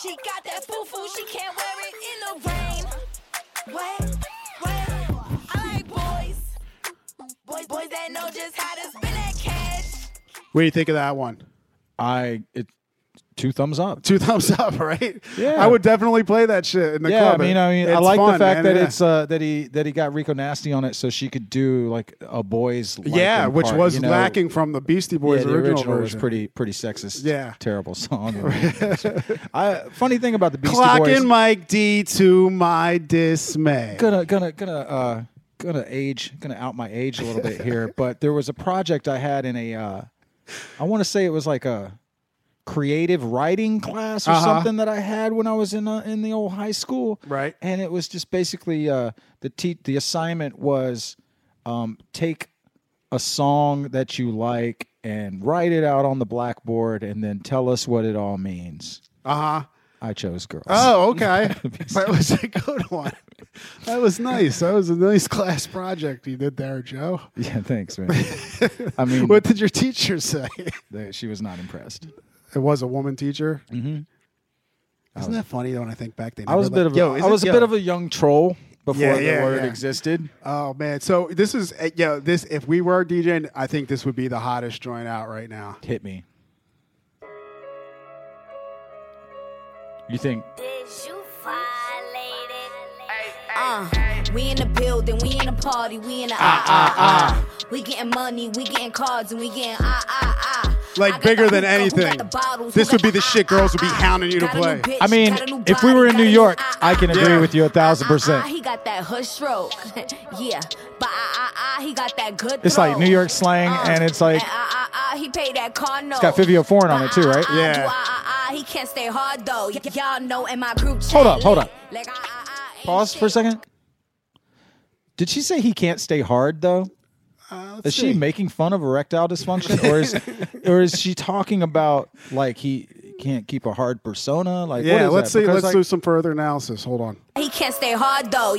She got that foo foo, she can't wear it in the rain. What? What? I like boys. Boys, boys that know just how to spin that cash. What do you think of that one? I it two thumbs up. Two thumbs up, right? Yeah. I would definitely play that shit in the yeah, club. I mean, I mean, I It's like fun, the fact man, that yeah. it's uh, that he that he got Rico Nasty on it, so she could do like a boys. yeah, liking which part, was you know? lacking from the Beastie Boys yeah, the original, was version. pretty pretty sexist. Yeah. terrible song. I, funny thing about the Beastie Clock Boys, in Mike D to my dismay. gonna gonna gonna uh, gonna age gonna out my age a little bit here, but there was a project I had in a, uh, I want to say it was like a creative writing class or Uh-huh. something that I had when I was in uh, in the old high school, right? And it was just basically uh, the te- the assignment was um, take a song that you like and write it out on the blackboard and then tell us what it all means. Uh huh. I chose girls. Oh, okay. that was a good one. That was nice. That was a nice class project you did there, Joe. Yeah, thanks, man. I mean, what did your teacher say? They- she was not impressed. It was a woman teacher. Mm-hmm. Isn't that funny though? When I think back, they I was a never bit like- of Yo, a, I isn't- was a yo. bit of a young troll before Yeah, the yeah, word yeah. existed. Oh man! So this is uh, yo. This if we were DJing, I think this would be the hottest joint out right now. Hit me. You think Uh, we in the building, we in the party, we in the ah ah, ah. We getting money, we getting cards, and we getting ah ah ah. Like bigger than anything. This would be the shit ah, girls would be hounding you to play. I mean, if we were in New Uh, York, I can agree Yeah. with you a thousand Ah, percent. he got that hush stroke. yeah, but ah ah ah, he got that good. It's like throw. New York slang, and it's like ah ah ah, he paid that car note. it's got Fivio Foreign on it too, right? Ah ah ah, he can't stay hard though. Y- y'all know in my group. chat, Hold up, hold up. Like, ah, ah, ah, Pause for a second. Did she say he can't stay hard though? is she making fun of erectile dysfunction, or is or is she talking about like he can't keep a hard persona. Like, what yeah, is let's that? see. Because, Let's like, do some further analysis. Hold on. He can't stay hard though.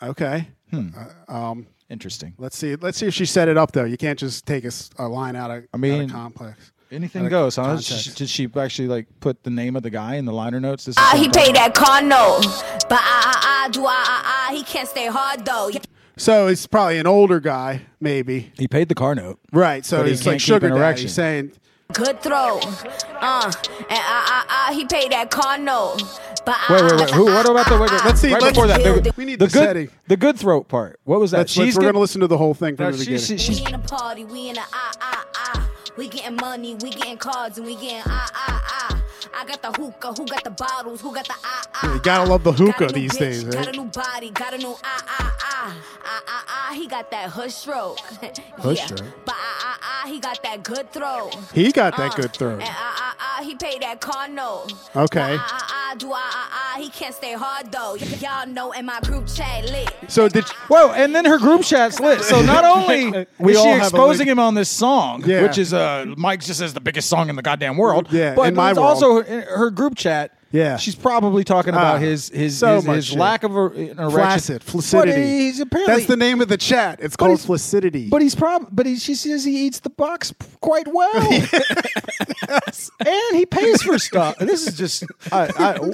Okay. Hmm. Uh, um, Interesting. Let's see. Let's see if she set it up though. You can't just take a, s- a line out of I mean mean, complex. Anything out of goes, huh? context. She- did she actually like put the name of the guy in the liner notes? This is Ah, some he guy- paid that car note, but ah ah ah, do ah ah ah, he can't stay hard though. So it's probably an older guy, maybe. He paid the car note. Right. So But he he's can't like keep sugar an daddy erection. saying, Good throw, uh, and ah ah ah, he paid that car note, but ah, Wait, wait, ah, wait. Who? What about the? Wait, wait, Let's see, Right let's- before that, the, we need the the good, setting. The good throat part. What was that? Let's- let's- we're good- gonna listen to the whole thing from No, the she- beginning. she- we in a party, we in a ah ah ah. We getting money, we getting cards, and we getting ah ah ah. I got the hookah, who got the bottles, who got the ah ah. you gotta love the hookah got a new these bitch, days. Got Right? a new body, got a new ah ah ah ah ah ah. He got that hush stroke. Hush yeah. stroke. But ah ah ah, he got that good throw. He got that Uh, good throw. And ah ah ah, he paid that car note. Okay. Ah ah ah, do ah ah ah. He can't stay hard though. Y- y'all know in my group chat lit. So did whoa? And then her group chat's lit. So not only We is all she have a exposing link. him on this song, Yeah. which is uh, Mike just says the biggest song in the goddamn world. Yeah, but in my it's world. also her, her group chat. Yeah. she's probably talking about Ah, his his so his, much his shit. lack of a, an erection. Flaccid, flaccidity. But he's apparently That's the name of the chat. It's called he's- flaccidity. But he's prob but he, she says he eats the box p- quite well, and he pays for stuff. This is just I,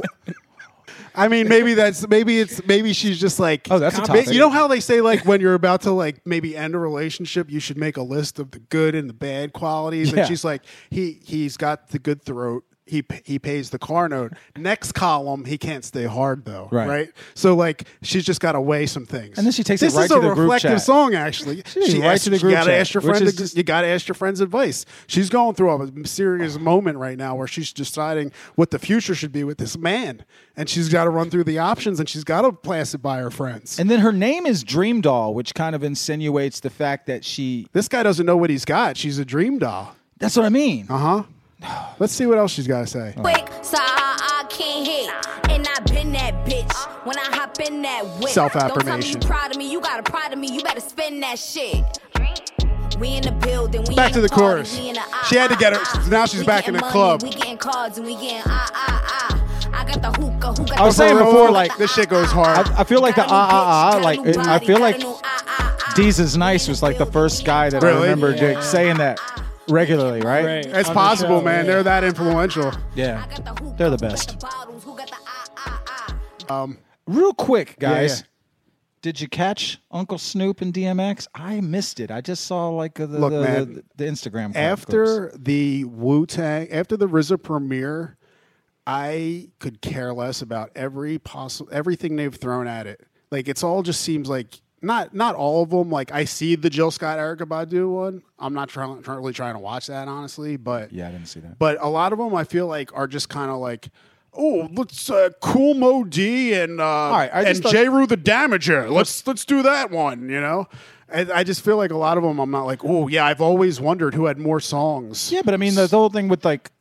I mean, maybe that's maybe it's maybe she's just like oh, that's a topic. You know how they say like when you're about to like maybe end a relationship, you should make a list of the good and the bad qualities. Yeah. And she's like, he he's got the good throat. He p- he pays the car note. Next column, he can't stay hard though, Right. right? So like she's just got to weigh some things. And then she takes it this right is to a the group reflective chat. song actually. She right asked- to the group You gotta chat, ask your which friend. is to- just- you gotta ask your friend's advice. She's going through a serious moment right now where she's deciding what the future should be with this man, and she's got to run through the options, and she's got to pass it by her friends. and then her name is Dream Doll, which kind of insinuates the fact that she. This guy doesn't know what he's got. She's a dream doll. That's what I mean. Uh huh. Let's see what else she's got to say. Quick, so I, I can't hit, and I been that bitch. When I hop in that whip, Don't tell me you Self-affirmation. proud of me. You got to proud of me. You better spin that shit. We in the building. We Back in to the party, chorus. we in the ah, She had to ah, get her- ah. now she's We back in getting money, the club. We getting cards and we getting ah ah ah. I got the hookah. Who got I was the saying hookah? before, like This shit goes hard. I feel like the ah ah ah, like it- I feel like Deez is nice was like the first guy that I Really? remember Jake saying that regularly, right? It's possible, man. They're that influential. Yeah, they're the best. Um, Real quick, Yeah, guys. yeah. Did you catch Uncle Snoop and DMX? I missed it. I just saw like uh, the, Look, the, man, the, the Instagram clip clips. after the Wu Tang, after the RZA premiere, I could care less about every possible everything they've thrown at it. Like it's all just seems like not not all of them. Like I see the Jill Scott Erica Badu one. I'm not trying not really trying to watch that honestly, but Yeah, I didn't see that. but a lot of them I feel like are just kind of like. Oh, let's uh, cool Mo D and uh, right, I just and thought- J Rue the Damager. Let's let's do that one. You know, and I just feel like a lot of them. I'm not like, oh yeah, I've always wondered who had more songs. Yeah, but I mean the, the whole thing with like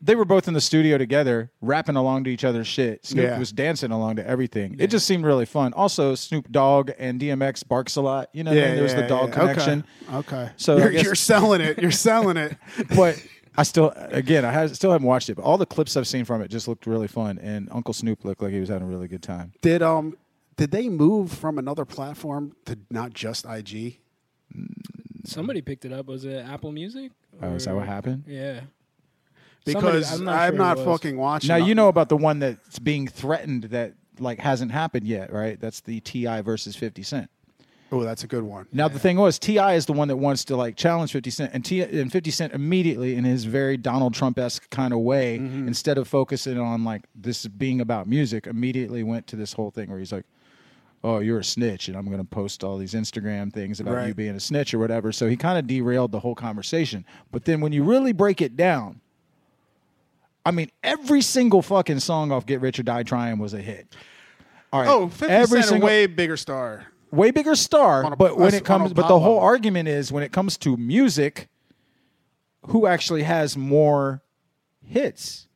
they were both in the studio together, rapping along to each other's shit. Snoop Yeah. was dancing along to everything. It just seemed really fun. Also, Snoop Dogg and DMX barks a lot. You know, what I mean? there was the dog yeah. connection. Okay, okay. So I you're, guess- you're selling it. You're selling it. But I still, again, I has, still haven't watched it. But all the clips I've seen from it just looked really fun, and Uncle Snoop looked like he was having a really good time. Did um did they move from another platform to not just IG? Somebody picked it up. Was it Apple Music? Oh, is that what happened? Yeah. Because Somebody- I'm sure not who it was. fucking watching. Now you know about the one that's being threatened that like hasn't happened yet, right? That's the Ti versus Fifty Cent. Oh, that's a good one. Now the thing was, Ti is the one that wants to like challenge Fifty Cent, and T and Fifty Cent immediately, in his very Donald Trump esque kind of way, Mm-hmm. instead of focusing on like this being about music, immediately went to this whole thing where he's like, "Oh, you're a snitch, and I'm going to post all these Instagram things about you Right. being a snitch or whatever." So he kind of derailed the whole conversation. But then when you really break it down, I mean, every single fucking song off "Get Rich or Die Trying" was a hit. All right, Oh, 50 every Cent, a single way bigger star. way bigger star, On a- but when us- it comes, on a but pop the whole level. argument is when it comes to music, who actually has more hits,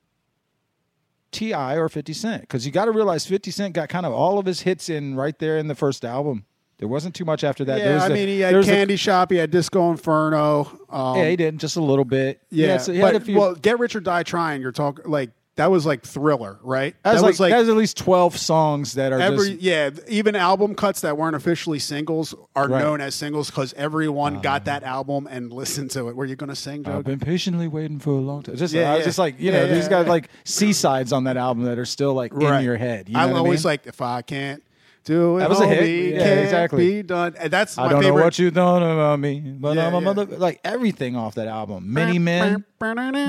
Ti or Fifty Cent? Because you got to realize Fifty Cent got kind of all of his hits in right there in the first album. There wasn't too much after that. yeah, there was I the- mean, he there had was the- Candy Shop, he had Disco Inferno. Um, yeah, he did just a little bit. Yeah, so he but had a few. well, Get Rich or Die Trying. You're talking like that was like Thriller, right? that was like, that was at least twelve songs that are every just yeah, even album cuts that weren't officially singles are Right. Uh-huh. known as singles because everyone got that album and listened to it. Were you gonna sing, Joe? I've been patiently waiting for a long time. Just Yeah, I was yeah. just like you Yeah, know, yeah, these guys yeah. like seasides on that album that are still like Right. in your head. You know I'm what I always mean? like, if I can't do it, That was a hit. homie, Yeah, can't exactly. Be done. And that's I my don't favorite. know what you don't know about me, but Yeah, I'm a yeah. mother like everything off that album. Many men,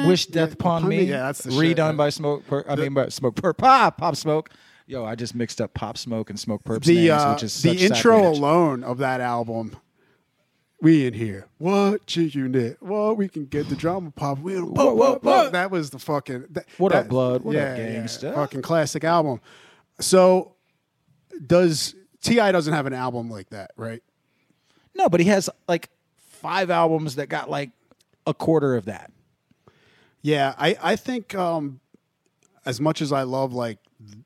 wish death upon me. Yeah, that's the shit, redone by smoke. Per- I mean, by smoke per pop, pop smoke. Yo, I just mixed up pop smoke and smoke perps the names, uh, which is the such intro sacrilege. alone of that album. We in here. What chick unit? Well, we can get the drama pop. We don't- What, what, what? That was the fucking. That, What up, that- blood? What yeah, up, gangsta? yeah, fucking classic album. So, does Ti doesn't have an album like that, right? No, but he has like five albums that got like a quarter of that. Yeah, I I think um, as much as I love like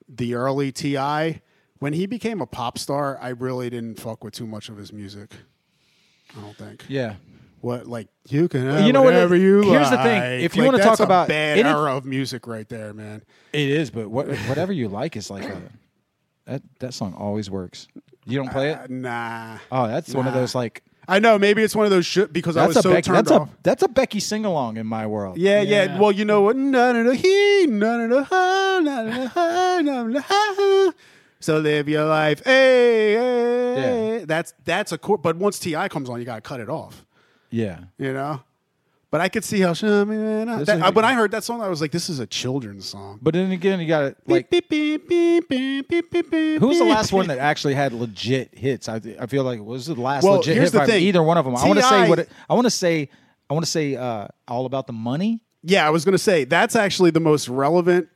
the early Ti, when he became a pop star, I really didn't fuck with too much of his music. I don't think. Yeah. What like you can have you know what it- whatever you here's the thing, like. if you Like, wanna that's talk about a bad any- era of music right there, man. It is, but what whatever you like is like a that that song always works. You don't play it? Nah. Oh, that's one of Uh, Nah. those like I know maybe it's one of those shit because I was that's a so Becky, turned that's off. a that's a Becky sing along in my world. yeah, yeah, Well, you know what? No, no, no, he, no, no, no, ha, no, no, no, ha, no, no, ha, ha. So live your life. Hey, hey. That's that's a cool. But once Ti comes on, you gotta cut it off. yeah. You know. But I could see how. That, This that, is- uh, when I heard that song, I was like, "This is a children's song." But then again, you got to like who was the last one that actually had legit hits? I, I feel like was the last Well, legit here's hit the by thing. either one of them. I want to T.I. say what it, I want to say. I want to say uh, all about the money. Yeah, I was gonna say that's actually the most relevant.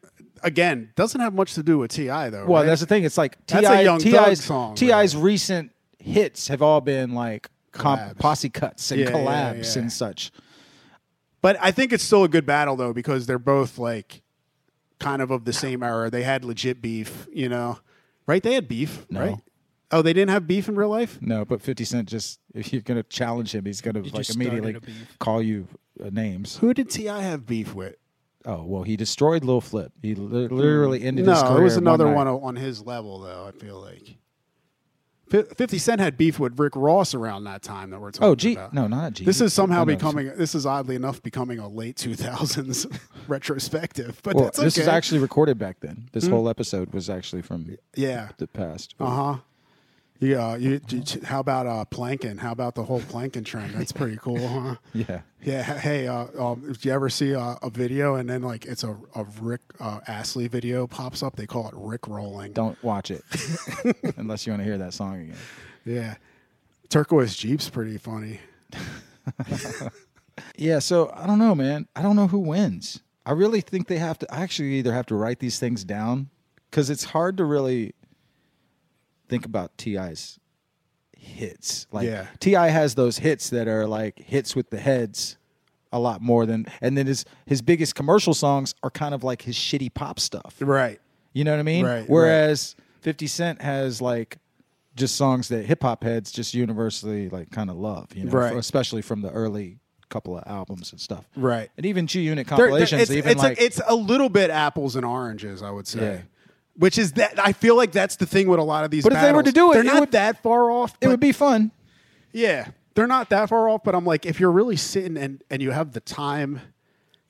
Again, doesn't have much to do with Ti though. Well, right? that's the thing. It's like That's a T.I. Young Thug T.I.'s song, T.I.'s recent hits have all been like comp, posse cuts and Yeah, yeah, collabs yeah. and such. But I think it's still a good battle though because they're both like kind of of the same era. They had legit beef, you know, right? They had beef, No. right? Oh, they didn't have beef in real life. No, but Fifty Cent just if you're gonna challenge him, he's gonna like just started immediately a beef. call you uh, names. Who did Ti have beef with? Oh well, he destroyed Lil Flip. He li- literally ended Mm. no, his career. it was another one, night. one o- on his level though. I feel like Fi- Fifty Cent had beef with Rick Ross around that time that we're talking. Oh, G. about. No, not G. Oh, This is somehow No, no, becoming. This is oddly enough becoming a late two thousands retrospective, but well, that's okay. this is actually recorded back then. This Hmm. whole episode was actually from Yeah. the past. Uh huh. Yeah. You, you- how about uh, planking? How about the whole planking trend? That's pretty cool, huh? Yeah. Yeah. Hey, uh, um, did you ever see uh, a video and then like it's a, a Rick uh, Astley video pops up? They call it Rick rolling. Don't watch it unless you want to hear that song again. Yeah. Turquoise Jeep's pretty funny. Yeah, so I don't know, man. I don't know who wins. I really think they have to. I actually either have to write these things down because it's hard to really think about Ti's hits. Like Yeah. Ti has those hits that are like hits with the heads a lot more than, and then his his biggest commercial songs are kind of like his shitty pop stuff. Right. You know what I mean? Right, right. Whereas Fifty Cent has like just songs that hip hop heads just universally like kind of love. You know, Right. especially from the early couple of albums and stuff. Right. And even G Unit They're- they're- compilations, it's, even it's like a, it's a little bit apples and oranges, I would say. Yeah. Which is that I feel like that's the thing with a lot of these. But if they were to battles. do it, they're it not would- that far off. it would be fun. Yeah, they're not that far off, but I'm like, if you're really sitting and, and you have the time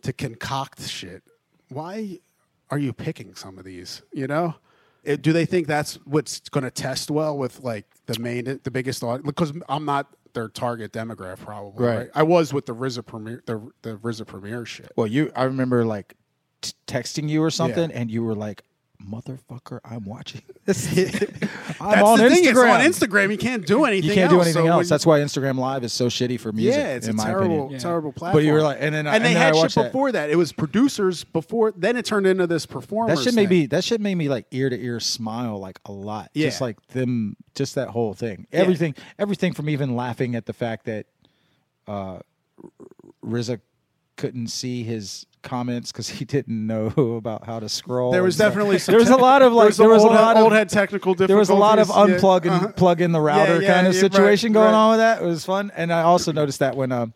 to concoct shit, why are you picking some of these? You know, It- do they think that's what's going to test well with like the main, the biggest audience? Because I'm not their target demographic, probably. Right. Right. I was with the RZA premiere, the the RZA premiere shit. Well, you, I remember like t- texting you or something, and you were like, "Motherfucker, I'm watching." This. I'm That's on the Instagram. thing, it's on Instagram. You can't do anything. You can't do else, anything so else. when- That's why Instagram Live is so shitty for music. Yeah, it's in a my terrible, opinion. terrible platform. But you were like, and then I, and they then had I shit watched that. before that. It was producers before. Then it turned into this performance. That shit made me. That shit made me like ear to ear smile like a lot. Just Yeah. like them. Just that whole thing. Yeah. Everything. Everything from even laughing at the fact that uh, R- R- RZA couldn't see his comments because he didn't know about how to scroll. There was and stuff. definitely some there was a tech- lot of there like was some there was a old head- lot of old head technical There was a lot of difficulties, yeah, unplug and uh-huh. plug in the Yeah, router yeah, kind of yeah, right, situation going right. on with that. It was fun, and I also noticed that when uh,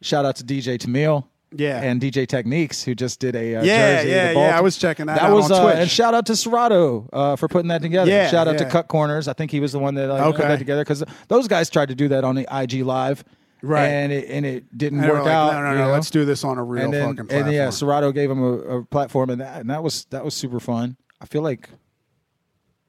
shout out to DJ Tamil. Yeah. and DJ Techniques who just did a Yeah, uh, jersey. of yeah, the yeah, Baltimore- I was checking that That out was on uh, Twitch. and shout out to Serato uh, for putting that together. Yeah, shout out to yeah. Cut Corners. I think he was the one that uh, put Okay. that together because those guys tried to do that on the IG Live, Right. and it and it didn't And we're work like, out. No, no, you no. know? Let's do this on a real and then, fucking platform. And yeah, Serato gave him a, a platform, and that and that was that was super fun. I feel like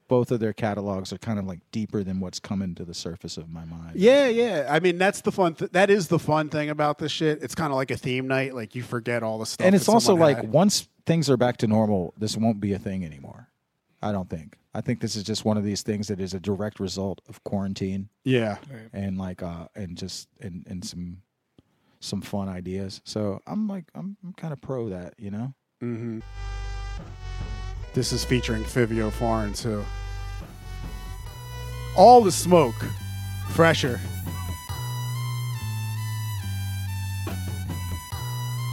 both of their catalogs are kind of like deeper than what's coming to the surface of my mind. Yeah, yeah. I mean, that's the fun. Th- that is the fun thing about this shit. It's kind of like a theme night. Like you forget all the stuff. and that it's also someone like had. once things are back to normal, this won't be a thing anymore. I don't think. I think this is just one of these things that is a direct result of quarantine. Yeah. Right. and like uh, and just and and some some fun ideas. So I'm like I'm, I'm kind of pro that, you know. Mm-hmm. This is featuring Fivio Foreign too. All the smoke, fresher.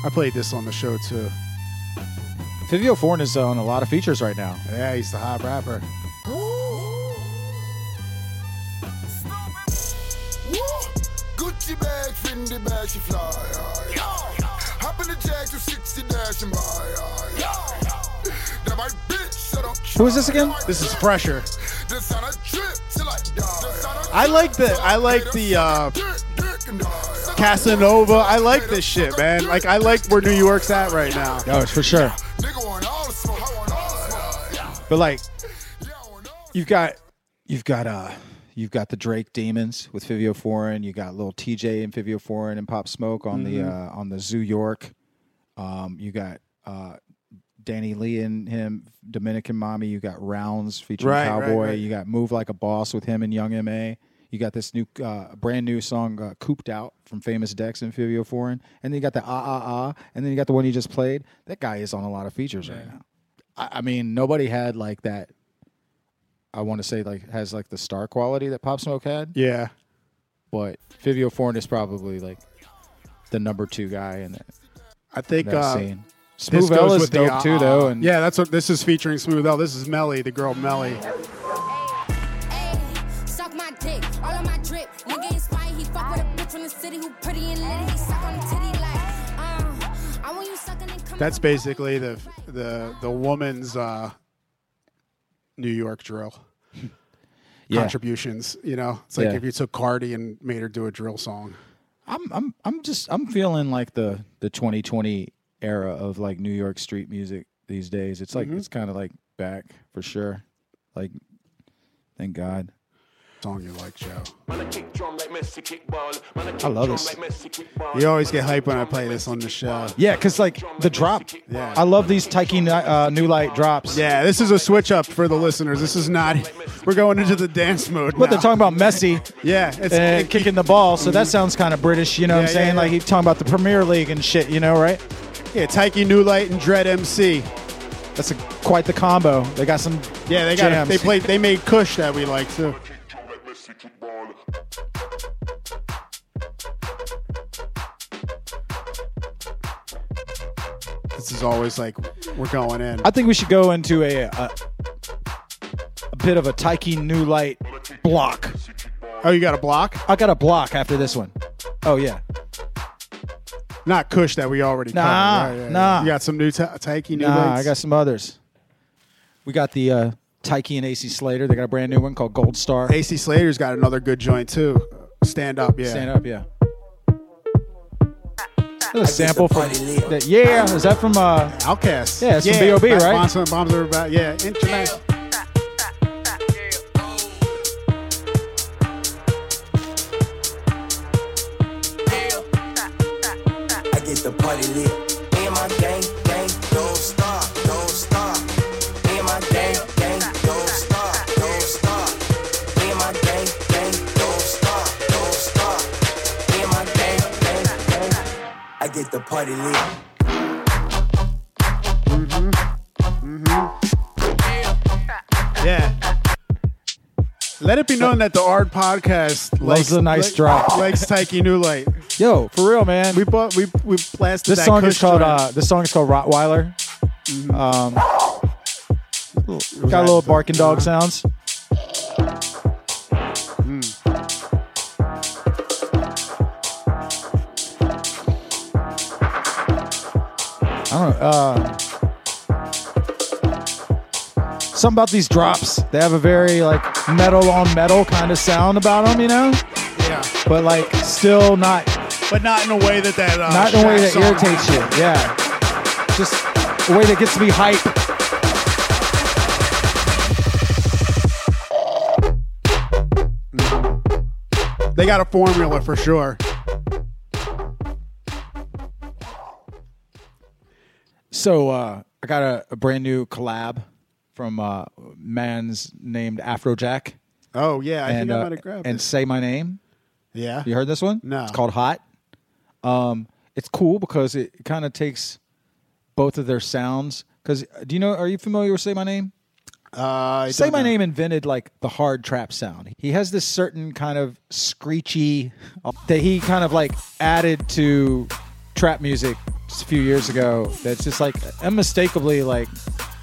I played this on the show too. Fivio Foreign is on a lot of features right now. Yeah, he's the hot rapper. Gucci bag, Fendi bag, she fly. aye. Hop in the jag to 60 dash and buy. aye. That my bitch, so don't Who is this again? This is fresher. This on a trip till I die. I like the I like the uh, Casanova. I like this shit, man. Like I like where New York's at right now. Oh, it's for sure. But like, you've got you've got uh you've got the Drake Demons with Fivio Foreign. You got little TJ and Fivio Foreign and Pop Smoke on the Mhm. uh, on the Zoo York. Um, you got uh, Danny Lee and him Dominican Mommy. You got Rounds featuring Right, right, Cowboy. right. You got Move Like a Boss with him and Young Ma. You got this new, uh, brand new song, uh, "Cooped Out" from Famous Dex and Fivio Foreign, and then you got the Ah Ah Ah, and then you got the one you just played. That guy is on a lot of features right now. I, I mean, nobody had like that. I want to say like has like the star quality that Pop Smoke had, yeah, but Fivio Foreign is probably like the number two guy in that. I think that uh, scene. this Smooth L goes is with the dope uh, too, uh, though, and yeah, that's what this is featuring. Smooth L. This is Melly, the girl Melly. Suck my dick, all of my drip. Nigga inspired, he fuck with a bitch from the city who pretty and lit. He suck on the titty like, uh, I want you sucking and coming. That's basically the the the woman's uh, New York drill Yeah. contributions. You know, it's like Yeah. if you took Cardi and made her do a drill song. I'm I'm I'm just I'm feeling like the the 2020 era of like New York street music these days. It's like Mhm. it's kind of like back for sure. Like, thank God. Song you like, Joe? I love this. You always get hype when I play this on the show. Yeah, cause like the drop. Yeah. I love these Tyke uh, New Light drops. Yeah, this is a switch up for the listeners. This is not. We're going into the dance mode. But they're now. talking about Messi. Yeah, it's it- and Eh, kicking the ball. So that sounds kind of British, you know what I'm Yeah, yeah, saying? yeah. Like he's talking about the Premier League and shit, you know, right? Yeah, Tyke New Light and Dread MC. That's a, quite the combo. They got some. Yeah, they got. jams. They played. They made Kush that we like too. This is always like we're going in. I think we should go into a a, a bit of a Tyke New Light block. Oh, you got a block? I got a block after this one. Oh yeah, Not Kush that we already. Nah, covered. Yeah, yeah, yeah. nah. You got some new ta- Tyke New nah, Lights. I got some others. We got the uh, Tyke and AC Slater. They got a brand new one called Gold Star. AC Slater's got another good joint too. Stand up, yeah. Stand up, yeah. That's a sample from that. Yeah, is that from uh, Outcast? Yeah, it's yeah, from B.O.B. Black right? Monster and Bombs are about yeah. International. I get the party lit. Me and my gang, gang, don't stop, don't stop. Me and my gang, gang, don't stop, don't stop. Me and my gang, gang, don't stop, don't stop. Me and my gang, gang, gang. I get the party lit. Yeah. Let it be known that the Ard podcast Loves a nice li- drop. Likes Tyke New Light. Yo, for real, man. We bought we we blasted. This that song is Kush called joint. uh, this song is called Rottweiler. Um, got that a little the- barking dog sounds. Mm. I don't know. Uh, something about these drops. They have a very like metal on metal kind of sound about them, you know. Yeah. But like still not but not in a way that that uh, not in a way Shaq that song- irritates you. Yeah. Just a way that gets me hype. They got a formula for sure. So uh, I got a, a brand new collab from uh, man's named Afrojack. Oh yeah, I and, think I uh, might have grabbed and it. say my name. Yeah. You heard this one? No. It's called Hot. Um, it's cool because it kind of takes both of their sounds. Because do you know? Are you familiar with Say My Name? Uh, Say My Name invented like the hard trap sound. He has this certain kind of screechy uh, that he kind of like added to trap music just a few years ago. That's just like unmistakably like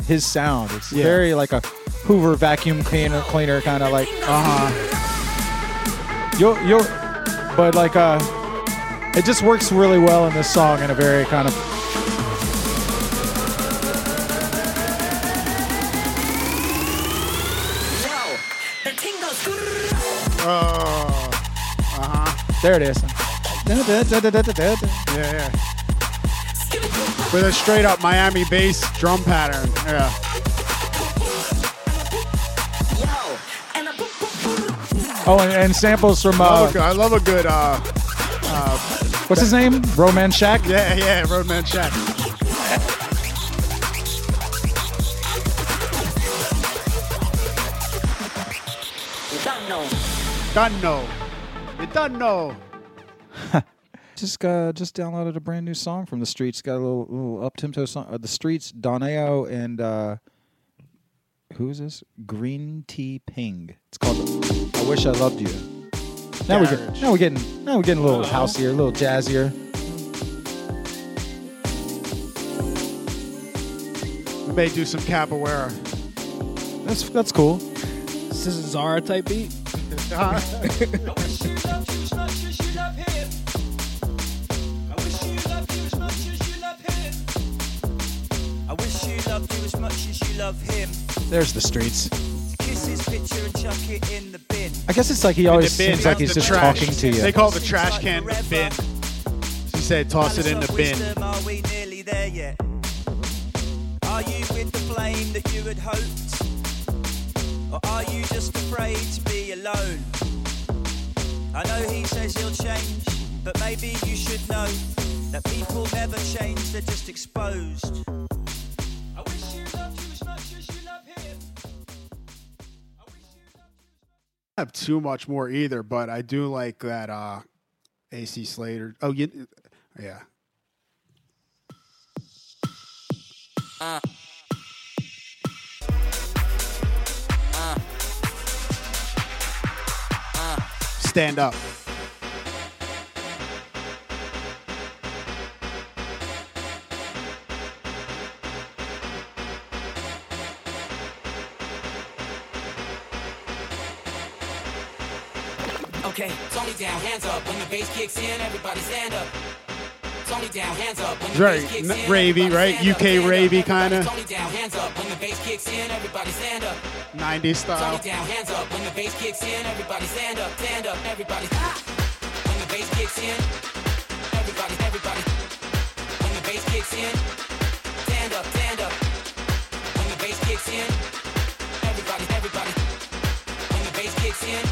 his sound. It's Yeah. very like a Hoover vacuum cleaner cleaner kind of like uh huh. You'll you'll but like uh it just works really well in this song in a very kind of Oh. Uh-huh. There it is. Yeah, yeah. With a straight up Miami bass drum pattern. Yeah. Oh, and, and samples from I, uh, love a, good- I love a good. Uh, uh, what's his name? Roman Shack. yeah, yeah, Roadman Shack. Done no. You done no. Just uh, just downloaded a brand new song from the Streets. Got a little, little up tempo song. Uh, the Streets, Doneo, and uh, who is this? Green Tea Ping. It's called "I Wish I Loved You." Now we get, Garage. now we're getting now we're getting a little Uh-huh. houseier, a little jazzier. We may do some capoeira. That's that's cool. Is this a Zara type beat? I wish you loved you as much as you love him. There's the Streets. Kiss his picture and chuck it in the bin. I guess it's like he always seems like he's just talking to you. They call the trash can the bin. She said, toss it in the bin. Wisdom, are we nearly there yet? Are you with the flame that you had hoped? Or are you just afraid to be alone? I know he says he'll change, but maybe you should know that people never change, they're just exposed. I wish you loved you as much as you love him. I don't have too much more either, but I do like that uh AC Slater. Oh, you, yeah. Uh. Stand up. Okay, Tony down, hands up. When the bass kicks in, everybody stand up. Tony down, hands up. When the Very bass kicks n- in, ravey, right? UK ravey kind of Tony down, hands up. When the bass kicks in, everybody stand up. 90s style. Tony down, hands up. When the bass kicks in, everybody stand up, stand up, everybody. Ah! When the bass kicks in, everybody, everybody. When the bass kicks in, stand up, stand up. When the bass kicks in, everybody, everybody. When the bass kicks in,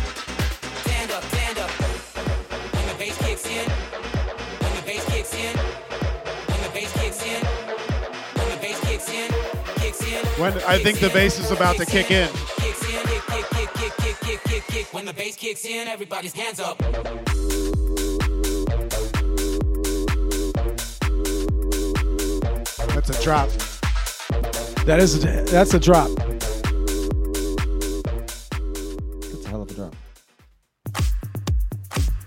stand up, stand up. When the bass kicks in, when the bass kicks in, when the bass kicks in, when the bass kicks in, kicks in. When I think the bass is about to kick in. Kicks in, kick, kick, kick, kick, kick, kick, kick, kick. When the bass kicks in, everybody's hands up. That's a drop. That is that's a drop. That's a hell of a drop.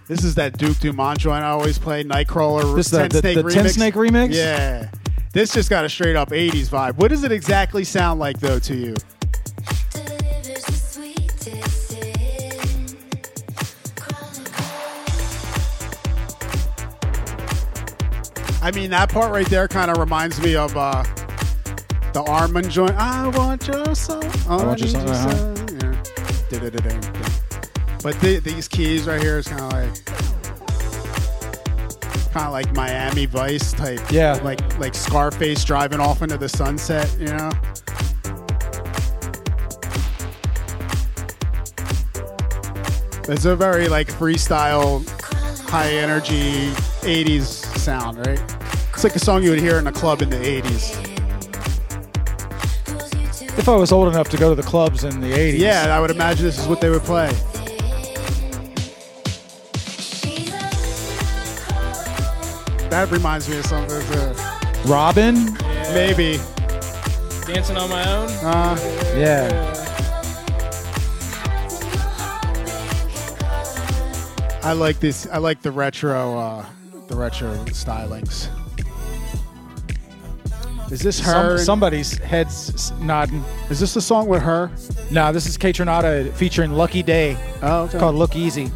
This is that Duke Dumont joint I always play, Nightcrawler. This the- Ten the- Snake the remix. Ten Snake remix? Yeah, this just got a straight up '80s vibe. What does it exactly sound like though to you? I mean, that part right there kind of reminds me of uh, the Armand joint. I want your soul. I, I want your need soul, uh-huh. soul. Yeah. Da-da-da-dum. But the, these keys right here is kind of like kind of like Miami Vice type. Yeah. Like like Scarface driving off into the sunset. You know. It's a very like freestyle, high energy '80s sound, right? It's like a song you would hear in a club in the '80s. If I was old enough to go to the clubs in the 80s. Yeah, I would imagine this is what they would play. That reminds me of something. Too. Robin? Maybe. Dancing on my own. Uh, Yeah. I like this. I like the retro, uh, the retro stylings. Is this Some- her? somebody's head's s- nodding. Is this a song with her? No, this is Kate Renata featuring Lucky Day. Oh, It's called Look Easy.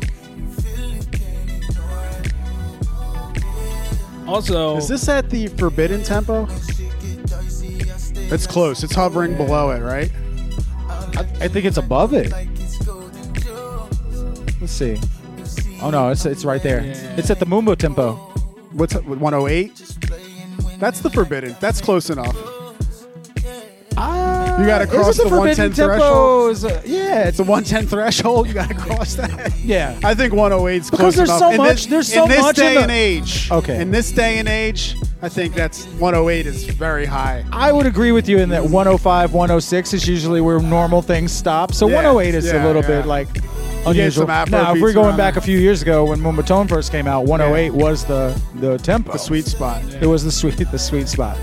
Also, Is this at the forbidden tempo? It's close. It's hovering below it, right? I, I think it's above it. Let's see. Oh no, it's it's right there. It's at the Mumbo tempo. What's 108? That's the forbidden. That's close enough. you gotta is it cross the the, 110 forbidden tempo? threshold. Is it- yeah, it's a 110 threshold. You gotta cross that. Yeah. I think 108 is close Because there's enough. so In much- This, there's so in this much in day the- and age. Okay. In this day and age, I think that's 108 is very high. I would agree with you in that 105, 106 is usually where normal things stop. So Yeah, 108 is yeah, a little yeah. bit like You get unusual. some Afro Now, if beats we're going around back a few years ago when Mumbatone first came out, 108 Yeah. was the the tempo, The sweet spot. It was the sweet the sweet spot.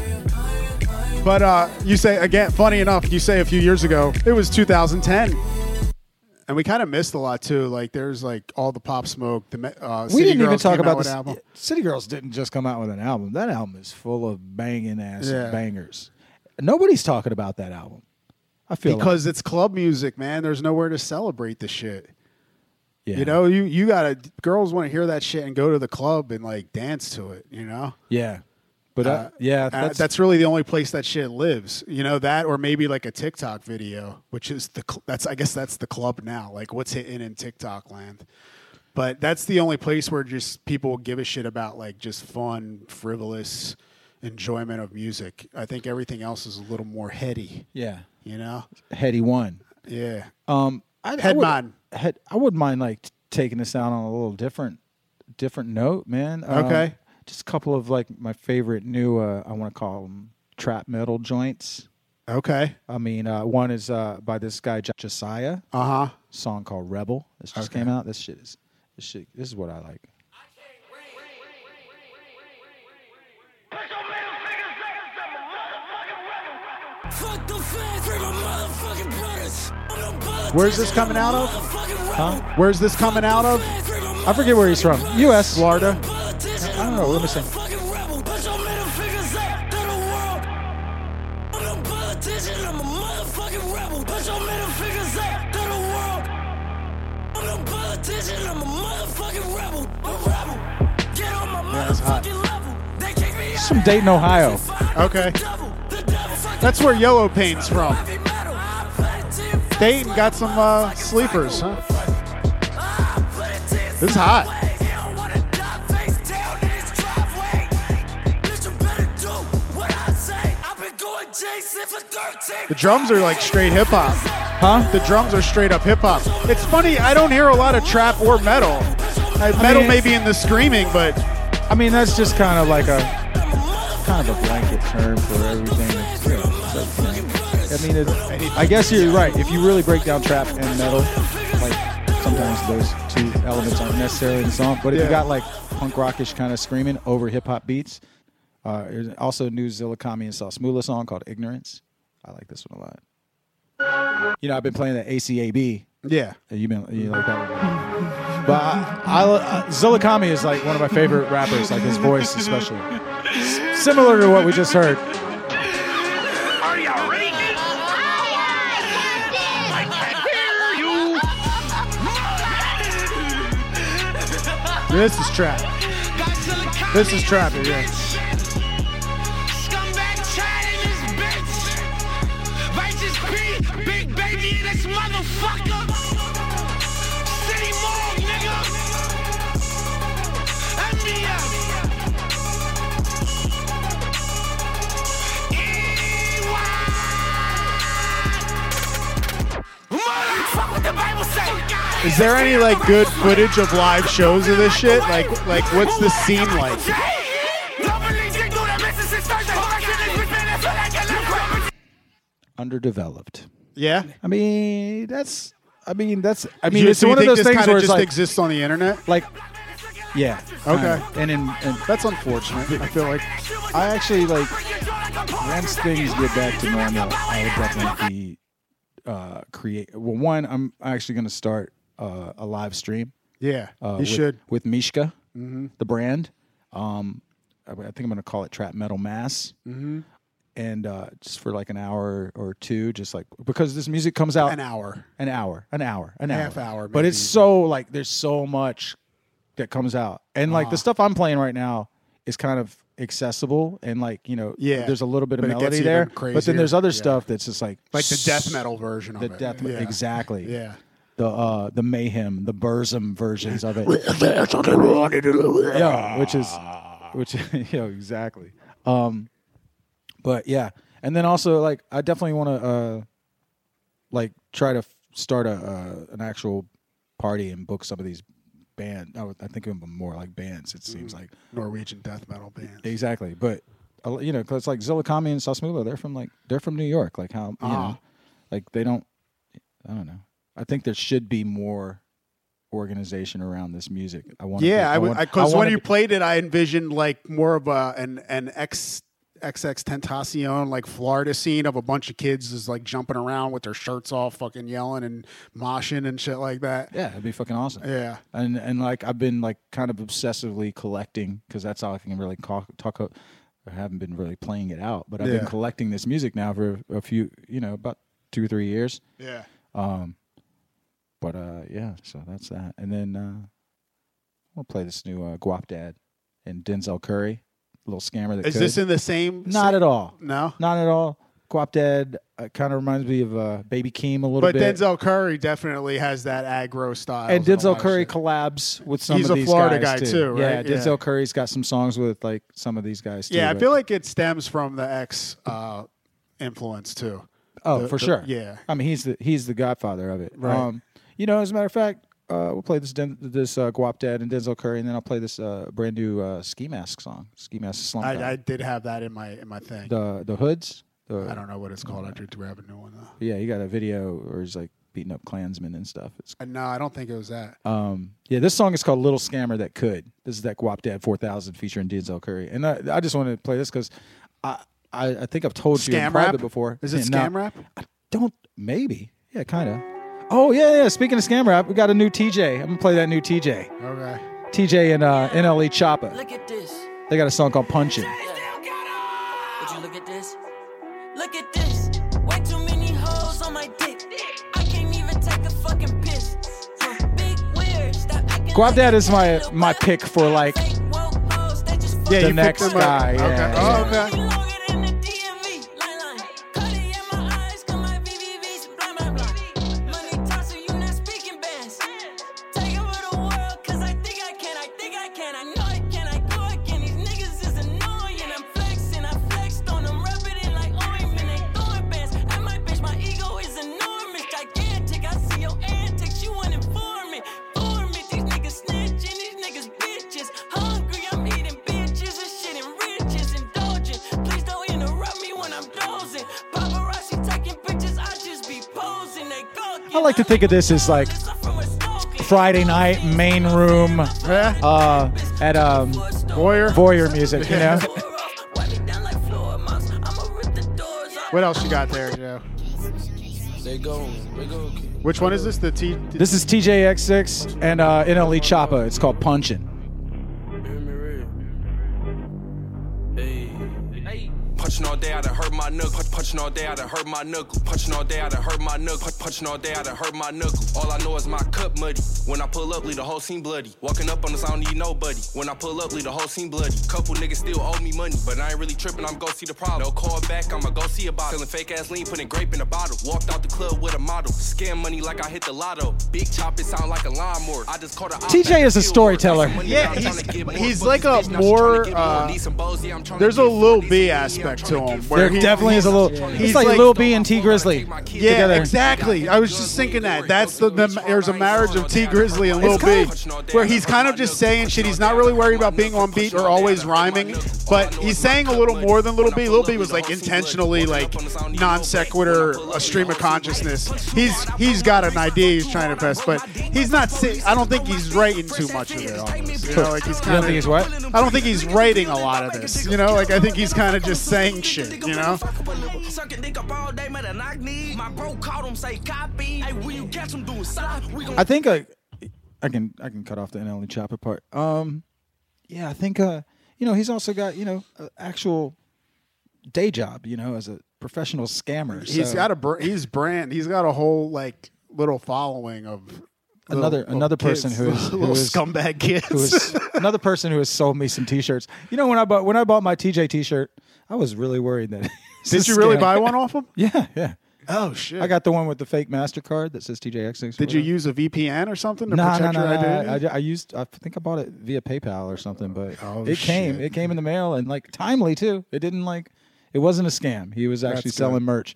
But uh, you say again, funny enough, you say a few years ago it was 2010, and we kind of missed a lot too. Like there's like all the pop smoke. The uh, we City didn't even Girls talk came out about with this. an album. City Girls didn't just come out with an album. That album is full of banging ass Yeah. bangers. Nobody's talking about that album. I feel like. because it's club music, man. There's nowhere to celebrate the shit. Yeah. You know, you you gotta girls want to hear that shit and go to the club and like dance to it. You know, yeah, but Uh, uh, yeah, uh, that's, that's, really the only place that shit lives. You know that, or maybe like a TikTok video, which is the cl- that's I guess that's the club now. Like what's hitting in TikTok land. But that's the only place where just people give a shit about like just fun, frivolous enjoyment of music. I think everything else is a little more heady. yeah. You know, Heady one. yeah. Um, I, I Head would, nod. Head, I wouldn't mind like t- taking this down on a little different, different note, man. Um, Okay. Just a couple of like my favorite new, uh, I want to call them trap metal joints. Okay. I mean, uh, one is uh, by this guy Jo- Josiah. Uh huh. Song called "Rebel." This just Okay. came out. This shit is this shit. This is what I like. Fuck the feds, free my motherfucking brothers. I'm no politician, Where's this coming out of? Oh, Huh? Where's this coming out of? I forget where he's from. U.S. Florida. I don't know. Let me see. I'm no politician, I'm a motherfucking rebel. Put your middle fingers up to the world. I'm no politician, I'm a motherfucking rebel. A rebel. Get on my Yeah, it's hot. motherfucking level. They kick me This is out. from Dayton, Ohio. Okay. That's where Yellow Paint's from. Dayton got some uh, sleepers, huh? This is hot. The drums are like straight hip hop. Huh? The drums are straight up hip hop. It's funny, I don't hear a lot of trap or metal. Uh, metal mean- may be in the screaming, but I mean, that's just kind of like a kind of a blanket term for everything. It's, you know, it's like, I mean, it, I guess you're right. If you really break down trap and metal, like sometimes those two elements aren't necessarily in the song. But if Yeah. you got like punk rockish kind of screaming over hip hop beats, uh, there's also new Zillakami and Sauce Mula song called "Ignorance." I like this one a lot. You know, I've been playing the ACAB. yeah. You, been, you like that one? But I, I, uh, Zillikami is like one of my favorite rappers, like his voice especially. S- Similar to what we just heard. Are you ready? I can hear you. This is trap. This is trap, yeah. Scumbag tried in this bitch. Righteous P, big baby in this motherfucker. City mall, nigga. MDM. E EY. Motherfuck what the Bible say. Is there any like good footage of live shows of this shit? Like, like what's the scene like? Underdeveloped. Yeah. I mean, that's. I mean, that's. I You- mean, it's so you one of think those this things kinda where it's just like, exists on the internet. Like, yeah. Okay. kinda. And in and that's unfortunate. I feel like I actually like once things get back to normal, I would definitely be uh, create. Well, one, I'm actually going to start uh, a live stream. Yeah, uh, you with, should. with Mishka, Mhm. the brand. Um, I, I think I'm going to call it Trap Metal Mass. Mhm. And uh, just for like an hour or two, just like because this music comes out An hour. an hour, an hour, an Half hour, but it's maybe. so like there's so much that comes out, and like Uh-huh. the stuff I'm playing right now is kind of accessible, and like you know, Yeah, there's a little bit of but it gets melody even there, but crazier. then there's other Yeah. stuff that's just like like the s- death metal version of the it. death, yeah. exactly, Yeah. the uh the mayhem, the Burzum versions of it, Yeah. yeah, which is which, yeah, exactly. Um, but yeah, and then also like I definitely want to uh, like try to f- start a uh, an actual party and book some of these band. I, would, I think of them more like bands. It seems Mm. like Norwegian death metal band. exactly, but uh, you know, because like Zillikami and Sasmula, they're from like they're from New York. Like how you know, Ah. like they don't. I don't know. I think there should be more organization around this music. I want. Yeah, I want. because when you played it, I envisioned like more of a an an ex XX Tentacion like Florida scene of a bunch of kids is like jumping around with their shirts off, fucking yelling and moshing and shit like that. Yeah, it'd be fucking awesome. Yeah. and and like I've been like kind of obsessively collecting because that's all I can really talk talk. o- I haven't been really playing it out, but I've been Yeah. collecting this music now for a few, you know, about two or three years. Yeah. Um, but uh, yeah, so that's that. And then uh, we'll play this new uh, Guap Dad and Denzel Curry, little scammer. That Is could. this in the same? Not at all. No. Not at all. Guap Dad uh, kind of reminds me of uh, Baby Keem a little But bit. Denzel Curry definitely has that aggro style. and Denzel Curry collabs with some He's of a these Florida guys guy too. too, Yeah, right? Denzel Yeah. Curry's got some songs with like some of these guys too. Yeah, I but- feel like it stems from the X uh, influence too. oh The- for the- sure. Yeah. I mean he's the he's the godfather of it. Right. Um, you know, as a matter of fact, uh, we'll play this Den- this uh, Guap Dad and Denzel Curry, and then I'll play this uh, brand new uh, Ski Mask song, Ski Mask Slump. I, Guy. I did have that in my in my thing. the the hoods. The, I don't know what it's called. I did grab a new one though. Yeah, he got a video where he's like beating up Klansmen and stuff. It's Uh, No, I don't think it was that. Um, yeah, this song is called "Little Scammer That Could." This is that Guap Dad Four Thousand featuring Denzel Curry, and I, I just wanted to play this because I, I I think I've told you in Scam private rap? before. Is it Yeah, scam rap? I don't. Maybe. Yeah, kind of. Oh yeah, yeah. Speaking of scam rap, we got a new TJ. I'm gonna play that new TJ. Okay. TJ and uh, NLE Choppa. Look at this. They got a song called "Punchin'." Would you look at this? Look at this. Way too many holes on my dick. I can't even take a fucking piss. Huh, Big weird. Stop acting Guap Dad is my my pick for like Yeah, the you picked next him up. guy. Okay. Yeah, Oh, yeah. okay. Hungry, I'm eating bitches and shit and riches, indulgent. Please don't interrupt me when I'm dozing. Paparazzi taking pictures, I just be posing. They go I like to think of this as like Friday night main room uh, at um, Voyeur Voyeur music, you know. What else you got there, Joe? They go, they go. Which one is this? The T. This is TJX6 and uh, NLE Choppa. It's called Punchin. Punching all day, I done hurt my knuckle. Punch, punching all day, I done hurt my knuckle. Punching all day, I done hurt my knuckle. Punch, punching all day, I done hurt my knuckle. All I know is my cup muddy. When I pull up, leave the whole scene bloody. Walking up on us, I don't need nobody. When I pull up, leave the whole scene bloody. Couple niggas still owe me money, but I ain't really tripping. I'm gon' see the problem. No call back, I'ma go see about it. Feeling fake ass lean, putting grape in a bottle. Walked out the club with a model. Scam money like I hit the lotto. Big chop, it sound like a lawnmower. I just caught a TJ is a storyteller. Yeah, he's, he's like a more. Uh, there's a Lil B aspect to him. There he- definitely is a little. he's It's like, like- Lil B and T Grizzly. Yeah, together. exactly. I was just thinking that. That's the, the there's a marriage of T Grizzly and Lil B, where he's kind of just saying shit. He's not really worried about being on beat or always rhyming, but he's saying a little more than Lil B. Lil B was like intentionally like non sequitur, a stream of consciousness. He's he's got an idea he's trying to pass, but he's not. si- I don't think he's writing too much of it. Almost, you know, like he's You don't kind of. think he's what? I don't think he's writing a lot of this. You know, like I think he's kind of just saying shit. You know. I think I, I can I can cut off the NLE Chopper part. Um, yeah, I think uh, you know, he's also got you know a actual day job, you know, as a professional scammer. He's so got a br- he's brand. He's got a whole like little following of little- another little another person kids, who is little who is- scumbag kids. who is- another person who has sold me some T-shirts. You know, when I bought when I bought my TJ T-shirt, I was really worried that. it was Did a you really scam. buy one off him? Yeah, yeah. Oh shit! I got the one with the fake Mastercard that says TJX. Did you use a VPN or something to No, no, protect no, your no. identity? I, ju- I used. I think I bought it via PayPal or something, but Oh, it came. shit. It came in the mail and like timely too. It didn't like. It wasn't a scam. He was actually That's good. selling merch.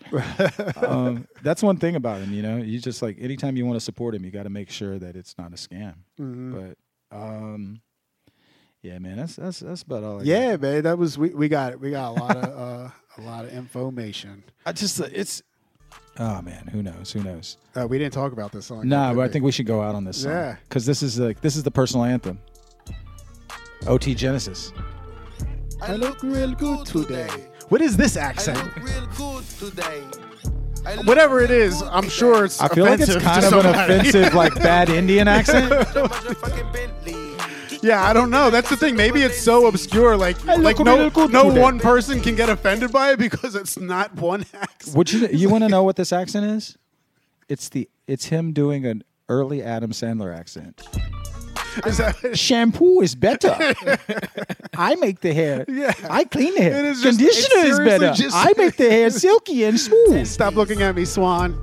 um, that's one thing about him. You know, you just like anytime you want to support him, you got to make sure that it's not a scam. Mhm. But um, yeah, man, that's that's that's about all. I got. yeah, man, that was we, we got it. We got a lot of uh, a lot of information. I just it's Oh man, who knows? Who knows? uh, we didn't talk about this song. Nah, did but I think we should go out on this song. Yeah. Because this is like this is the personal anthem. OT Genesis. I look real good today. What is this accent? Whatever it is, I'm sure it's. I feel like it's offensive kind to of an somebody. offensive, like bad Indian accent. Yeah, I don't know. That's the thing. Maybe it's so obscure, like like no no one person can get offended by it because it's not one act. Would you you want to know what this accent is? It's the it's him doing an early Adam Sandler accent. Is that shampoo is better? I make the hair. Yeah. I clean the hair. It is just- Conditioner it's is seriously better. just- I make the hair silky and smooth. Stop looking at me, Swan.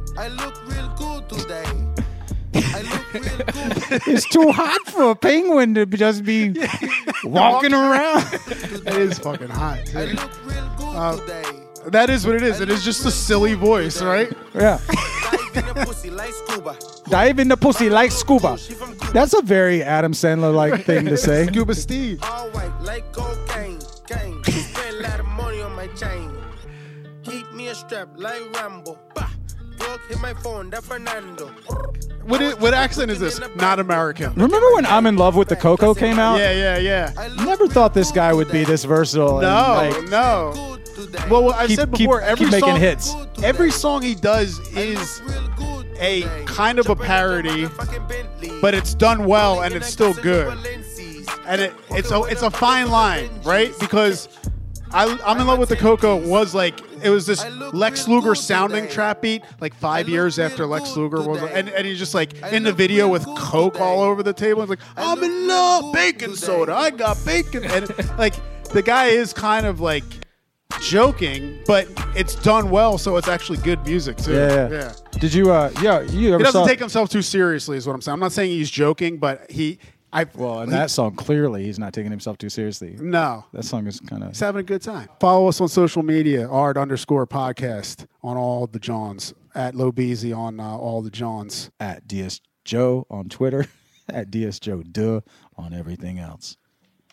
it's too hot for a penguin to just be walking around. it is fucking hot. too. Uh, that is what it is. It is just a silly voice, right? Yeah. Dive in the pussy like scuba. That's a very Adam Sandler like thing to say. Scuba Steve. All white like cocaine, gang. Spend a lot of money on my chain. Keep me a strap like Rambo. Bah. Plug hit my phone, that Fernando. What is, what accent is this? Not American. Remember when I'm in love with the Coco came out? Yeah, yeah, yeah. Never thought this guy would be this versatile. No, and like, no. Well, what I've Keep- said keep- before, keep every making song, hits. Every song he does is a kind of a parody, but it's done well and it's still good. And it, it's a it's a fine line, right? Because I, I'm in love with the Coco was like it was this Lex Luger sounding trap beat, like five years after Lex Luger was, and, and he's just like in the video with Coke all over the table. He's like, I'm in love, baking soda. I got bacon, and like the guy is kind of like joking, but it's done well, so it's actually good music too. Yeah, yeah. Did you? uh Yeah, you He ever doesn't saw? take himself too seriously, is what I'm saying. I'm not saying he's joking, but he, I well, in that song, clearly he's not taking himself too seriously. No, That song is kind of He's having a good time. Follow us on social media, art underscore podcast on all the Johns, at Lobezy on uh, all the Johns. at DS Joe on Twitter, at DS Joe Duh on everything else.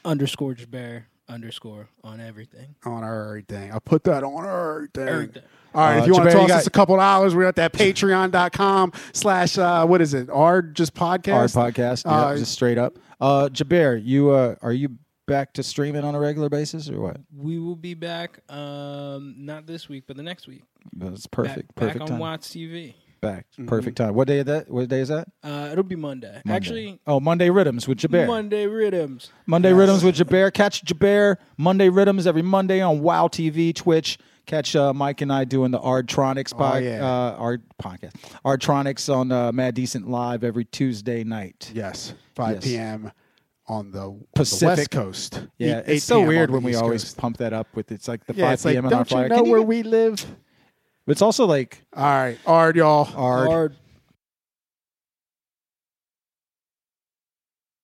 Underscore Jaber underscore on everything. On everything. I put that on everything. Everything. All right, Uh, if you want Jabari, to toss you got- us a couple dollars, we're at that patreon.com slash, uh, what is it, art just podcast? Our podcast, yeah, Uh, just straight up. Uh Jaber, you uh are you back to streaming on a regular basis or what? We will be back, um, not this week, but the next week. That's Back- perfect. Back, perfect on time. Watch TV. Back. Mm-hmm. Perfect time. What day is that? What day is that? Uh, it'll be Monday. Monday. Actually, oh Monday Rhythms with Jaber. Monday rhythms. Monday Rhythms with Jaber. Catch Jaber Monday Rhythms every Monday on Wow TV, Twitch. Catch uh, Mike and I doing the Ardtronics podcast. Oh, yeah. uh, Ard podcast. Ardtronics on uh, Mad Decent Live every Tuesday night. Yes, 5 Yes. p.m. on the on the Pacific West Coast. Eight- Yeah, it's 8 so p.m. weird on when the we East always Coast. pump that up with it's like the Yeah, 5 it's like, p.m. on don't our you flyer. know Can where get-" we live? It's also like all right, Ard, y'all, Ard.